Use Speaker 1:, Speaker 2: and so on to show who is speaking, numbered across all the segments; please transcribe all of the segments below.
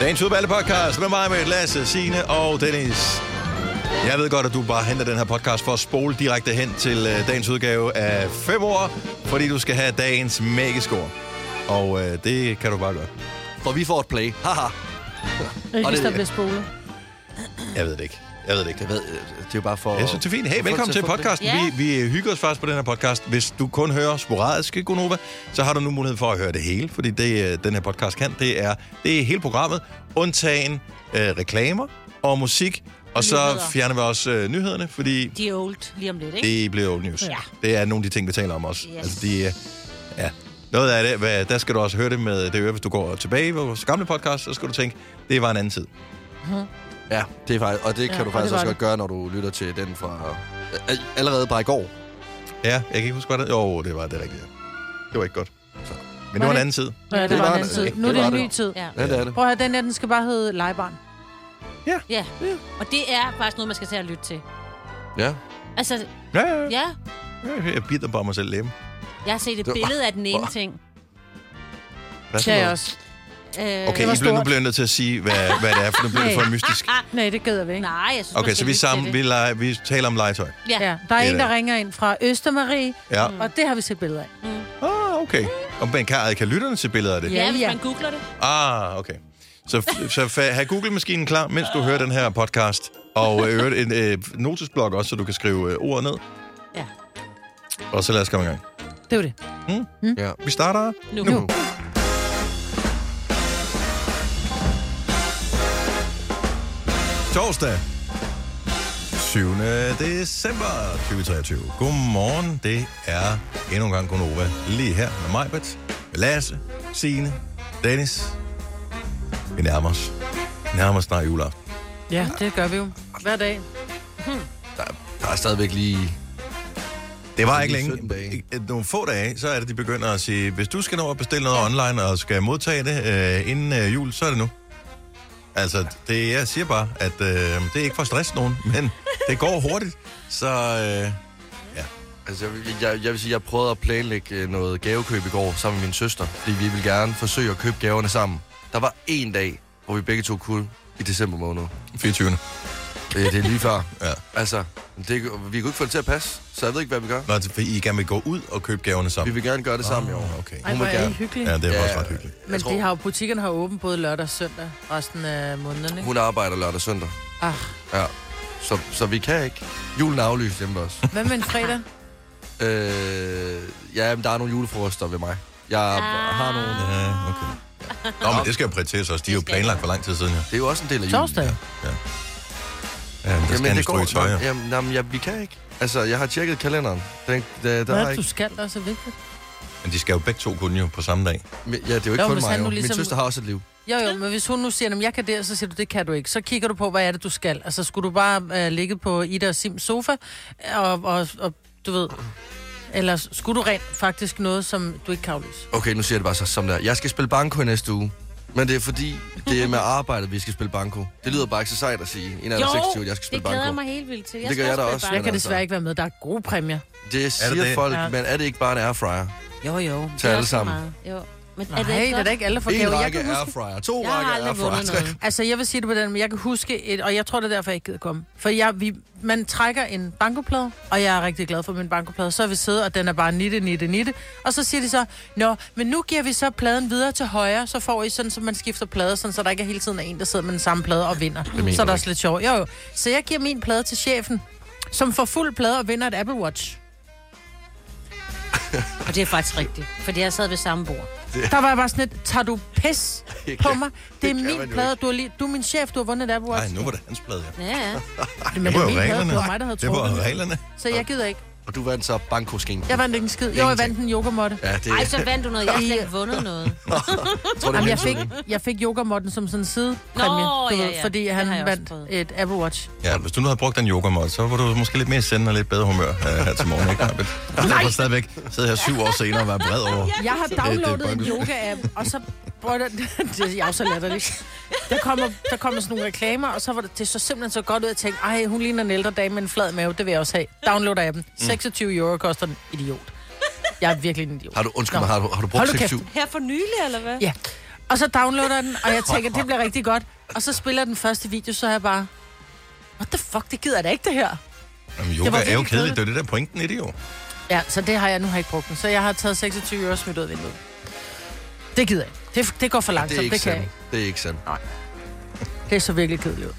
Speaker 1: Dagens udvalgte podcast med mig, med Lasse, Signe og Dennis. Jeg ved godt, at du bare henter den her podcast for at spole direkte hen til øh, dagens udgave af 5 år, fordi du skal have dagens megascore. Og øh, det kan du bare godt.
Speaker 2: For vi får et play. Haha.
Speaker 3: Ikke
Speaker 2: Og
Speaker 3: hvis
Speaker 2: det-
Speaker 3: der bliver spolet.
Speaker 1: Jeg ved det ikke. Jeg ved det ikke.
Speaker 2: Jeg ved, øh, det er jo bare for...
Speaker 1: Jeg synes, det er fint. Hey, velkommen til podcasten.
Speaker 3: Ja.
Speaker 1: Vi, vi hygger os faktisk på den her podcast. Hvis du kun hører sporadiske Gonova, så har du nu mulighed for at høre det hele, fordi det, øh, den her podcast kan, det er, det er hele programmet, undtagen øh, reklamer og musik, og så
Speaker 3: Nyheder.
Speaker 1: fjerner vi også øh, nyhederne, fordi
Speaker 3: De er old lige om lidt, ikke?
Speaker 1: det bliver old news.
Speaker 3: Ja.
Speaker 1: Det er nogle af de ting, vi taler om også.
Speaker 3: Yes.
Speaker 1: Altså, de, øh, ja. Noget af det, hvad, der skal du også høre det med det øre, hvis du går tilbage på vores gamle podcast, så skal du tænke, det var en anden tid.
Speaker 2: Ja, det er faktisk... Og det kan
Speaker 3: Ja,
Speaker 2: du
Speaker 3: og
Speaker 2: faktisk
Speaker 3: det var
Speaker 2: også
Speaker 3: det.
Speaker 2: godt gøre, når du lytter til den fra... øh, Allerede bare i går.
Speaker 1: Ja, jeg kan ikke huske, hvad det Jo, det var det rigtige. Det var ikke godt. Så. Men det var
Speaker 3: det-
Speaker 1: en anden tid.
Speaker 3: Ja, det,
Speaker 2: det
Speaker 3: det var
Speaker 2: var
Speaker 3: en anden
Speaker 2: det.
Speaker 3: tid. Nu
Speaker 2: Det
Speaker 3: er det
Speaker 2: var
Speaker 3: en
Speaker 2: det.
Speaker 3: ny tid.
Speaker 4: Ja.
Speaker 2: Ja, det er det.
Speaker 3: Prøv at høre, den her, den skal bare hedde Legebarn.
Speaker 4: ja. Og det er faktisk noget, man skal til at lytte til.
Speaker 2: Ja.
Speaker 4: Altså,
Speaker 1: Ja, ja, ja.
Speaker 4: ja,
Speaker 1: Jeg bider bare mig selv læben.
Speaker 4: jeg har set et
Speaker 2: Det var-
Speaker 4: billede af den ene ting.
Speaker 1: Hvad
Speaker 3: Det er jeg også.
Speaker 4: Øh,
Speaker 1: Okay,
Speaker 3: var
Speaker 1: I blev, nu
Speaker 3: stort.
Speaker 1: bliver jeg nødt til at sige, hvad, hvad det er, for nu bliver det for
Speaker 3: Nej.
Speaker 1: mystisk.
Speaker 3: Nej, det gider vi ikke.
Speaker 4: Nej, jeg synes,
Speaker 1: Okay,
Speaker 4: man
Speaker 1: så
Speaker 4: skal
Speaker 1: vi,
Speaker 4: lytte til
Speaker 1: sammen,
Speaker 4: det.
Speaker 1: vi, leger, vi taler om legetøj.
Speaker 4: Ja.
Speaker 3: Ja, der er
Speaker 1: Det er
Speaker 3: en,
Speaker 1: det.
Speaker 3: der ringer ind fra Østermarie,
Speaker 1: Ja,
Speaker 3: og det har vi set billeder af.
Speaker 1: ah, okay. Og man kan, kan lytterne se billeder af det?
Speaker 3: Ja,
Speaker 4: ja, hvis
Speaker 3: ja.
Speaker 4: man googler det.
Speaker 1: Ah, okay. Så, så fa- have Google-maskinen klar, mens du hører den her podcast. Og øh, i øvrigt en øh, notesblok også, så du kan skrive øh, ordet ned.
Speaker 4: Ja.
Speaker 1: Og så lad os komme i gang.
Speaker 3: Det var det.
Speaker 2: Ja.
Speaker 1: Vi starter
Speaker 4: Nu.
Speaker 1: nu.
Speaker 4: nu.
Speaker 1: nu. Torsdag. 7. december 2023. Godmorgen. Det er endnu en gang Gunova. Lige her med mig, Britt, med Lasse, Signe, Dennis. Vi nærmer os. Vi nærmer os snart juleaften.
Speaker 3: Ja, det gør vi jo. Hver dag.
Speaker 2: Der, der er stadigvæk lige...
Speaker 1: Det var ikke
Speaker 2: lige
Speaker 1: længe.
Speaker 2: 17 dage.
Speaker 1: Ikke- Nogle få dage, så er det, de begynder at sige, hvis du skal nå at bestille noget online og skal modtage det øh, inden øh, jul, så er det nu. Altså, det, jeg siger bare, at øh, det er ikke for at stresse nogen, men det går hurtigt. Så øh,
Speaker 2: Altså, jeg, vil- jeg, jeg vil sige, jeg prøvede at planlægge øh, noget gavekøb i går sammen med min søster, fordi vi ville gerne forsøge at købe gaverne sammen. Der var en dag, hvor vi begge to kunne i december måned.
Speaker 1: 24.
Speaker 2: Øh, det er lige før.
Speaker 1: Ja.
Speaker 2: Altså, det, vi kunne ikke få det til at passe, så jeg ved ikke, hvad vi gør.
Speaker 1: Nå, så I gerne vil gå ud og købe gaverne
Speaker 2: Vi
Speaker 1: sammen.
Speaker 2: vil gerne gøre det sammen i år.
Speaker 1: Åh, Okay.
Speaker 3: Ej,
Speaker 2: Hun
Speaker 3: hvor
Speaker 2: vil
Speaker 3: er I
Speaker 2: gerne.
Speaker 3: hyggelige.
Speaker 1: Ja, det er
Speaker 2: Ja,
Speaker 1: også ret hyggeligt.
Speaker 3: Men
Speaker 2: Jeg tror,
Speaker 3: de har jo, butikkerne har åbent både lørdag og søndag resten af måneden, ikke?
Speaker 2: Hun arbejder lørdag og søndag.
Speaker 3: Ah,
Speaker 2: Ja. Så, så vi kan ikke. Julen er aflyst hjemme hos os.
Speaker 3: hvad med en fredag?
Speaker 2: øh, ja, men der er nogle julefrokoster ved mig. Jeg har nogle...
Speaker 1: Ja, okay. Nå, men det skal jo prioriteres også. De er jo planlagt for lang tid siden, ja.
Speaker 2: Det er jo også en del af julen.
Speaker 3: Torsdag?
Speaker 1: Ja, men der skal han stryge tøj.
Speaker 2: nej,
Speaker 1: ja.
Speaker 2: jamen, jamen, ja, vi kan ikke. Altså, jeg har tjekket kalenderen. Den, der, der
Speaker 3: Hvad er
Speaker 2: er
Speaker 3: det, du
Speaker 2: ikke,
Speaker 3: skal? Der er så vigtigt.
Speaker 1: Men de skal jo begge to kunne jo på samme dag.
Speaker 2: men- ja, det er jo ikke
Speaker 3: Jo,
Speaker 2: jo, kun
Speaker 3: hvis
Speaker 2: mig.
Speaker 3: han
Speaker 2: Jo.
Speaker 3: nu
Speaker 2: Ligesom...
Speaker 3: ligesom-
Speaker 2: Min søster har også et liv.
Speaker 3: Jo, jo, men hvis hun nu siger, at jeg kan det, så siger du, det kan du ikke. Så kigger du på, hvad er det, du skal. Altså, skulle du bare øh, ligge på Ida og Sims sofa, øh, og, og, og du ved... Eller skulle du rent faktisk noget, som du ikke kan aflyse?
Speaker 2: Okay, nu siger jeg det bare så som der. Jeg skal spille banko i næste uge. Men det er fordi, det er med arbejdet, vi skal spille banko. Det lyder bare ikke så sejt at sige. En af
Speaker 4: Jo,
Speaker 2: 26, at jeg skal
Speaker 4: det
Speaker 2: spille
Speaker 4: glæder
Speaker 2: banko.
Speaker 4: jeg mig helt vildt til. Jeg
Speaker 2: Det
Speaker 4: skal
Speaker 2: gør jeg da også.
Speaker 4: spille
Speaker 3: Jeg kan
Speaker 2: Men
Speaker 4: banko.
Speaker 2: altså-
Speaker 3: desværre ikke være med. Der er gode præmier.
Speaker 2: Det siger det
Speaker 1: det?
Speaker 2: folk,
Speaker 3: Ja.
Speaker 2: ja. men er det ikke bare en airfryer?
Speaker 4: Jo, jo.
Speaker 2: Til
Speaker 4: Det er
Speaker 2: alle
Speaker 4: også
Speaker 2: sammen.
Speaker 4: meget. Jo. Men
Speaker 3: Nej, det er da ikke alle for
Speaker 2: En
Speaker 3: gaver. Jeg
Speaker 2: række
Speaker 3: kan huske,
Speaker 2: airfryer, to
Speaker 4: Jeg
Speaker 2: række
Speaker 4: har aldrig
Speaker 2: airfryer.
Speaker 4: vundet noget.
Speaker 3: Altså, jeg vil sige det på den, men jeg kan huske et, og jeg tror, det er derfor, jeg ikke gider komme. For jeg, vi, man trækker en bankoplade, og jeg er rigtig glad for min bankoplade. Så har vi siddet, og den er bare nitte, nitte, nitte. Og så siger de så, nå, men nu giver vi så pladen videre til højre, så får I sådan, så man skifter plade, sådan, så der ikke er hele tiden er en, der sidder med den samme plade og vinder.
Speaker 2: mener
Speaker 3: Så er
Speaker 2: du
Speaker 3: det også lidt sjovt. Jo, jo. Så jeg giver min plade til chefen, som får fuld plade og vinder et Apple Watch.
Speaker 4: Og det er faktisk rigtigt, fordi jeg sad ved samme bord.
Speaker 3: Der var jeg bare sådan lidt, tager du pis
Speaker 2: Det
Speaker 3: på
Speaker 2: kan-
Speaker 3: mig? Det er
Speaker 2: det kan man
Speaker 3: min
Speaker 2: jo
Speaker 3: plade,
Speaker 2: ikke."
Speaker 3: du er, lige, du er min chef, du har vundet et Apple Watch.
Speaker 1: Nej, nu var det hans plade, ja.
Speaker 4: Ja, ja.
Speaker 3: Men
Speaker 1: Det
Speaker 3: er
Speaker 1: var
Speaker 3: min
Speaker 1: jo
Speaker 3: plade,
Speaker 1: reglerne.
Speaker 3: Det var mig, der havde
Speaker 1: Det var
Speaker 3: trukket
Speaker 1: jo
Speaker 3: den.
Speaker 1: reglerne.
Speaker 3: Så jeg gider ikke.
Speaker 2: Og du vandt så bankoskin.
Speaker 3: Jeg vandt ikke en skid. Jo, jeg vandt en yoghurtmåtte.
Speaker 2: Ja, det
Speaker 4: Ej, så vandt du noget. Jeg har slet ikke vundet noget.
Speaker 2: jeg tror, det
Speaker 3: Jamen,
Speaker 2: er
Speaker 3: jeg fik,
Speaker 2: helt
Speaker 3: jeg fik yoghurtmåtten som sådan en sidepræmie,
Speaker 4: Nå,
Speaker 3: du
Speaker 4: ja,
Speaker 3: ved,
Speaker 4: ja.
Speaker 3: fordi
Speaker 4: Det
Speaker 3: han
Speaker 4: har jeg også
Speaker 3: vandt
Speaker 4: prøvet.
Speaker 3: et Apple Watch.
Speaker 1: Ja, hvis du nu havde brugt den yoghurt, så var du måske lidt mere sendende og lidt bedre humør øh, her til morgen, ikke? Majbrit? Du var stadigvæk sidde her syv år senere og være vred over.
Speaker 3: Jeg har
Speaker 1: er
Speaker 3: downloadet en
Speaker 1: Bobby.
Speaker 3: yoga-app, og så... Brød, det er jeg jo så latterligt. Der kommer, der kommer sådan nogle reklamer, og så var det, det så simpelthen så godt ud, at jeg tænkte, ej, hun ligner en ældre dame med en flad mave, det vil jeg også have. Download appen.
Speaker 2: Mm.
Speaker 3: 26 euro koster den. Idiot. Jeg er virkelig en idiot.
Speaker 2: Har du, undskyld
Speaker 3: Nå.
Speaker 2: mig, har du, har du
Speaker 3: Hold
Speaker 2: brugt
Speaker 3: nu kæft.
Speaker 2: 26?
Speaker 4: Her for nylig, eller hvad?
Speaker 3: Ja. Og så downloader jeg den, og jeg tænker, det bliver rigtig godt. Og så spiller den første video, så er jeg bare... What the fuck, det gider jeg da ikke, det her.
Speaker 1: Jamen,
Speaker 3: Det var
Speaker 1: yoga er jo
Speaker 3: virkelig
Speaker 1: kedeligt. Det er jo det der pointen i det jo.
Speaker 3: Ja, så det har jeg nu har jeg ikke brugt den. Så jeg har taget 26 euro og smidt ud af vinduet. Det gider jeg ikke. Det, det går for
Speaker 2: Det
Speaker 3: langsomt,
Speaker 2: er
Speaker 3: det,
Speaker 2: ikke
Speaker 3: det kan jeg
Speaker 2: sandt.
Speaker 3: ikke.
Speaker 2: Det er ikke sandt.
Speaker 3: Det er så virkelig kedeligt ud.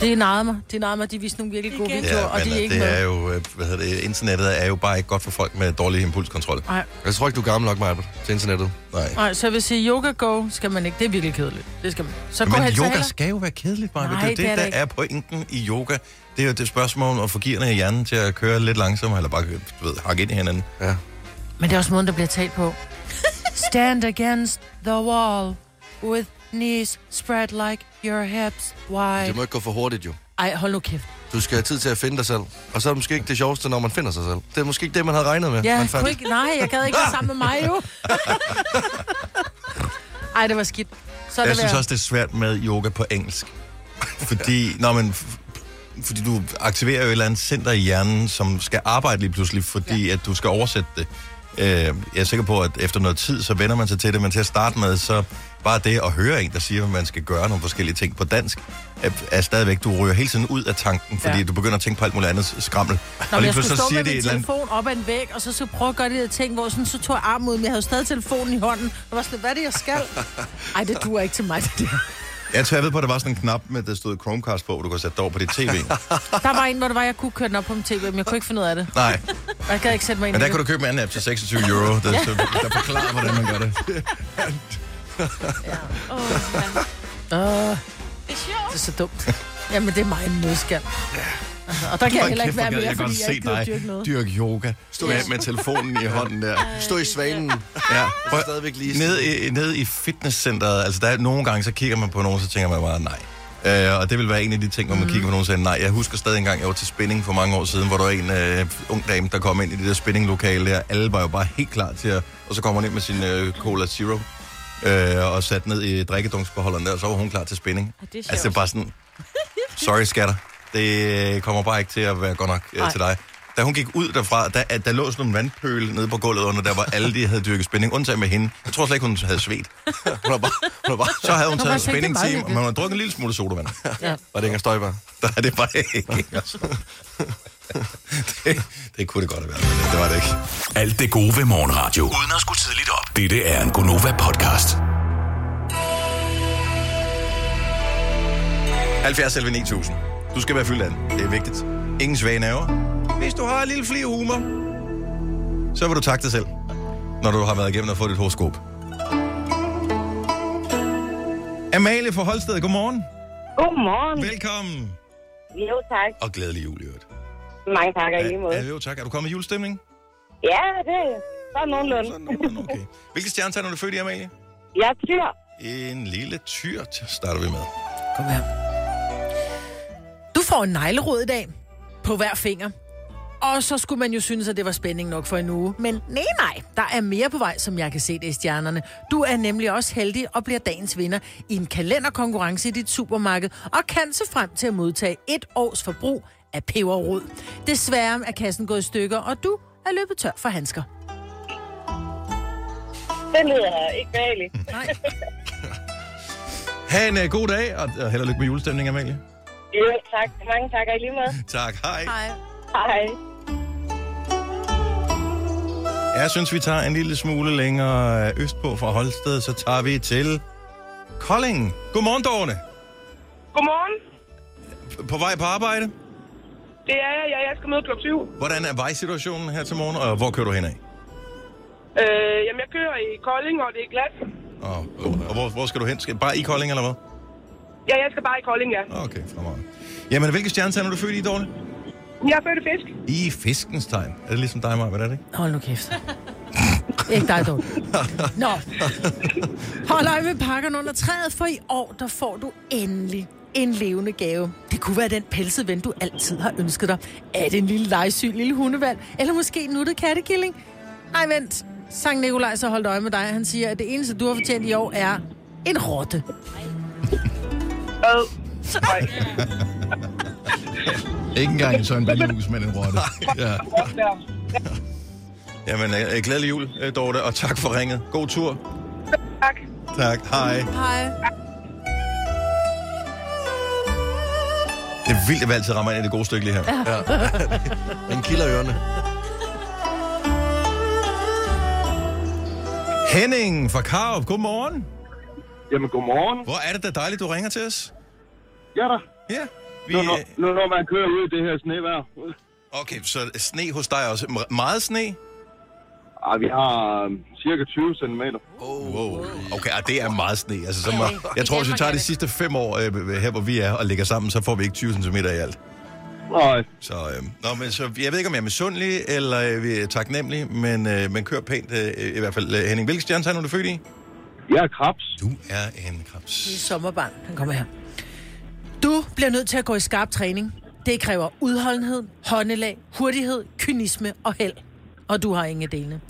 Speaker 3: Det er narret mig. Det er narret mig. De viste nogle virkelig gode videoer, og de er
Speaker 1: øh,
Speaker 3: ikke
Speaker 1: det
Speaker 3: med.
Speaker 1: er jo, øh, hvad hedder det, internettet er jo bare ikke godt for folk med dårlig impulskontrol.
Speaker 3: Nej.
Speaker 2: Jeg tror ikke, du er gammel nok, Maja, til internettet.
Speaker 1: Nej.
Speaker 3: Nej, så jeg vil sige, yoga go skal man ikke. Det er virkelig kedeligt. Det skal man. Så gå
Speaker 1: Men
Speaker 3: hen til
Speaker 1: yoga
Speaker 3: heller.
Speaker 1: skal jo være kedeligt, Maja. Det er
Speaker 3: Nej,
Speaker 1: jo det,
Speaker 3: det er det
Speaker 1: der
Speaker 3: ikke.
Speaker 1: er pointen i yoga. Det er jo det spørgsmål om at få gearne i hjernen til at køre lidt langsommere, eller bare du ved, hakke ind i hinanden.
Speaker 2: Ja.
Speaker 3: Men det er også måden, der bliver talt på. Stand against the wall with knees spread like your hips
Speaker 2: Det
Speaker 3: wide.
Speaker 2: må ikke gå for hurtigt, jo.
Speaker 3: Ej, hold nu kæft.
Speaker 2: Du skal have tid til at finde dig selv. Og så er det måske ikke det sjoveste, når man finder sig selv. Det er måske ikke det, man havde regnet med.
Speaker 3: Ja,
Speaker 2: man
Speaker 3: kunne ikke, nej, jeg gad ikke være sammen med mig jo. Ej, det var skidt. Så er
Speaker 1: Jeg
Speaker 3: det
Speaker 1: synes
Speaker 3: værd.
Speaker 1: også, det er svært med yoga på engelsk. Fordi, nå, men, f- fordi du aktiverer jo et eller andet center i hjernen, som skal arbejde lige pludselig, fordi ja. at du skal oversætte det. Øh, jeg er sikker på, at efter noget tid, så vender man sig til det, men til at starte med, så bare det at høre en, der siger, at man skal gøre nogle forskellige ting på dansk, er, er stadigvæk, du ryger hele tiden ud af tanken, fordi ja.
Speaker 3: Ja.
Speaker 1: du begynder at tænke på alt muligt andet skrammel.
Speaker 3: Nå, men jeg skulle
Speaker 1: pludselig så
Speaker 3: stå med
Speaker 1: de
Speaker 3: min telefon op ad en væg, og så skulle jeg prøve at gøre de her ting, hvor sådan, så tog jeg armen ud, men jeg havde stadig telefonen i hånden. Og var sådan, hvad er det, jeg skal? Ej, det duer ikke til mig, det der.
Speaker 1: Jeg tror, jeg ved på, at der var sådan en knap, med der stod Chromecast på, hvor du kunne sætte dig over på dit tv.
Speaker 3: Der var en, hvor det var, jeg kunne køre den op på min tv, men jeg kunne ikke finde ud af det.
Speaker 1: Nej.
Speaker 3: Og jeg gad ikke sætte mig ind
Speaker 1: Men der
Speaker 3: i
Speaker 1: kan du
Speaker 3: det.
Speaker 1: købe en anden app til 26 euro, der, der, der forklarer, hvordan man gør det.
Speaker 3: Åh,
Speaker 4: Det er sjovt.
Speaker 3: det er så dumt. Jamen, det er mig en nødskal. Altså, og der kan jeg heller ikke være mere, fordi jeg ikke gider dyrke noget.
Speaker 1: dyrk yoga. Stå med,
Speaker 4: Ja.
Speaker 1: med telefonen i hånden der.
Speaker 2: Stå i svanen.
Speaker 1: Ja.
Speaker 2: Prøv stadigvæk lige
Speaker 1: Nede i, nede i fitnesscenteret, altså der er nogle gange, så kigger man på nogen, så tænker man bare nej. Øh, og det vil være en af de ting, hvor
Speaker 3: Mm.
Speaker 1: man kigger på nogen og siger nej. Jeg husker stadig en gang, jeg var til spinning for mange år siden, hvor der var en øh, ung dame, der kom ind i det der spinninglokale der. Alle var jo bare helt klar til at... Og så kommer hun ind med sin øh, Cola Zero øh, og sat ned i drikkedunksbeholderen der, og så var hun klar til spinning.
Speaker 3: Ah,
Speaker 4: Ej, det er sjovt.
Speaker 1: Altså, det er bare sådan, sorry skatter, det øh, kommer bare ikke til at være godt nok øh,
Speaker 3: Nej.
Speaker 1: til dig. Da hun gik ud derfra, der, at der lå sådan en vandpøl nede på gulvet under, der var alle, de havde dyrket spænding, undtagen med hende. Jeg tror slet ikke, hun havde svedt. Hun var bare, hun var bare, så havde hun
Speaker 3: Nå,
Speaker 1: taget en
Speaker 3: jeg tænkte, det er meget
Speaker 1: spændingstime, og
Speaker 3: hyggeligt.
Speaker 1: man havde drukket en lille smule sodavand.
Speaker 3: Ja.
Speaker 2: Var det Inger Støjberg?
Speaker 1: Der er det bare ikke. Inger Støjberg. det, det kunne det godt have været, men det var det ikke.
Speaker 5: Alt det gode ved morgenradio. Uden at skulle tidligt op. Dette er en Gonova-podcast.
Speaker 1: 70 selv 9000. Du skal være fyldt af den. Det er vigtigt. Ingen svage naver. Hvis du har en lille fli humor, så vil du takke dig selv, når du har været igennem og fået dit horoskop. Amalie fra Holsted, godmorgen.
Speaker 6: Godmorgen.
Speaker 1: Velkommen.
Speaker 6: Jo, tak.
Speaker 1: Og glædelig jul i øvrigt.
Speaker 6: Mange tak og i lige måde.
Speaker 1: Ja, jo, tak. Er du kommet i julestemning?
Speaker 6: Ja, det er sådan nogenlunde.
Speaker 1: Sådan, nogenlunde, okay. Hvilke stjernetegn er du født i, Amalie?
Speaker 6: Jeg er tyr.
Speaker 1: En lille tyr, til- starter vi med.
Speaker 3: Kom her. Du får en neglerod i dag på hver finger. Og så skulle man jo synes, at det var spænding nok for en uge. Men nej, nej, der er mere på vej, som jeg kan se det i stjernerne. Du er nemlig også heldig og bliver dagens vinder i en kalenderkonkurrence i dit supermarked, og kan se frem til at modtage et års forbrug af peberrod. Desværre er kassen gået i stykker, og du er løbet tør for handsker.
Speaker 6: Det lyder ikke behageligt.
Speaker 3: Nej.
Speaker 1: Ha' en uh, god dag, og, og held og lykke med julestemning, Amalie.
Speaker 6: Jo, tak. Mange tak og i lige måde.
Speaker 1: Tak, hej.
Speaker 3: Hej.
Speaker 6: Hej.
Speaker 1: Jeg synes, vi tager en lille smule længere østpå fra Holsted, så tager vi til Kolding. Godmorgen, Dorne.
Speaker 6: Godmorgen.
Speaker 1: På vej på arbejde.
Speaker 6: Det er jeg. Jeg skal møde klokken 7.
Speaker 1: Hvordan er vejsituationen her til morgen, og hvor kører du henad?
Speaker 6: Øh, jamen, jeg kører i Kolding, og det er glat.
Speaker 1: Og, og hvor, hvor skal du hen? Skal, bare i Kolding, eller hvad?
Speaker 6: Ja, jeg skal bare i Kolding, ja.
Speaker 1: Okay, fremragende. Jamen, hvilke stjernetegn er du født i, Dorne?
Speaker 6: Jeg er født i fisk.
Speaker 1: I fiskens tegn. Er det ligesom dig, Maja? Hvad er det, ikke?
Speaker 3: Hold nu kæft. Ikke dig dog. Nå. Hold øje med pakkerne under træet, for i år, der får du endelig en levende gave. Det kunne være den pelsede ven, du altid har ønsket dig. Er det en lille legesyg lille hundevalg? Eller måske en nuttet kattekilling? Nej, vent. Sankt Nikolaj så holdt øje med dig. Han siger, at det eneste, du har fortjent i år, er en rotte.
Speaker 6: Øh. Nej,
Speaker 7: Ikke engang en Søren Ballehus, men en rotte. Ja.
Speaker 6: godt der.
Speaker 1: Jamen, øh, glædelig jul, øh, Dorte, og tak for ringet. God tur.
Speaker 6: Tak.
Speaker 1: Tak, hej.
Speaker 3: Hej.
Speaker 1: Det er vildt, at vi altid rammer ind i det gode stykke lige her.
Speaker 2: Ja. Den kilder ørerne.
Speaker 1: Henning fra Karup, godmorgen.
Speaker 8: Jamen, godmorgen.
Speaker 1: Hvor er det da dejligt, du ringer til os.
Speaker 8: Ja da.
Speaker 1: Ja. Vi, øh,
Speaker 8: Nu, når, nu når man kører ud i det her snevejr.
Speaker 1: okay, så sne hos dig også. Me- Meget sne?
Speaker 8: Ej, vi har øhm, cirka 20 cm.
Speaker 1: Wow. Okay, ah, det er meget sne. Altså, så
Speaker 4: Ja,
Speaker 1: må,
Speaker 4: i
Speaker 1: jeg tror, hvis vi
Speaker 4: Danmark
Speaker 1: tager
Speaker 4: er
Speaker 1: de
Speaker 4: det.
Speaker 1: sidste fem år øh, her, hvor vi er, og lægger sammen, så får vi ikke 20 cm i alt.
Speaker 8: Nej,
Speaker 1: Så, øh, nå, men, så jeg ved ikke, om jeg er misundelig eller øh, vi er taknemmelig, men øh, man kører pænt øh, i hvert fald. Øh, Henning, hvilken stjernetegn er du født i?
Speaker 8: jeg er krabs.
Speaker 1: Du er en krebs.
Speaker 3: I sommerbarn. Han kommer her. Du bliver nødt til at gå i skarp træning. Det kræver udholdenhed, håndelag, hurtighed, kynisme og held. Og du har ingen af delene.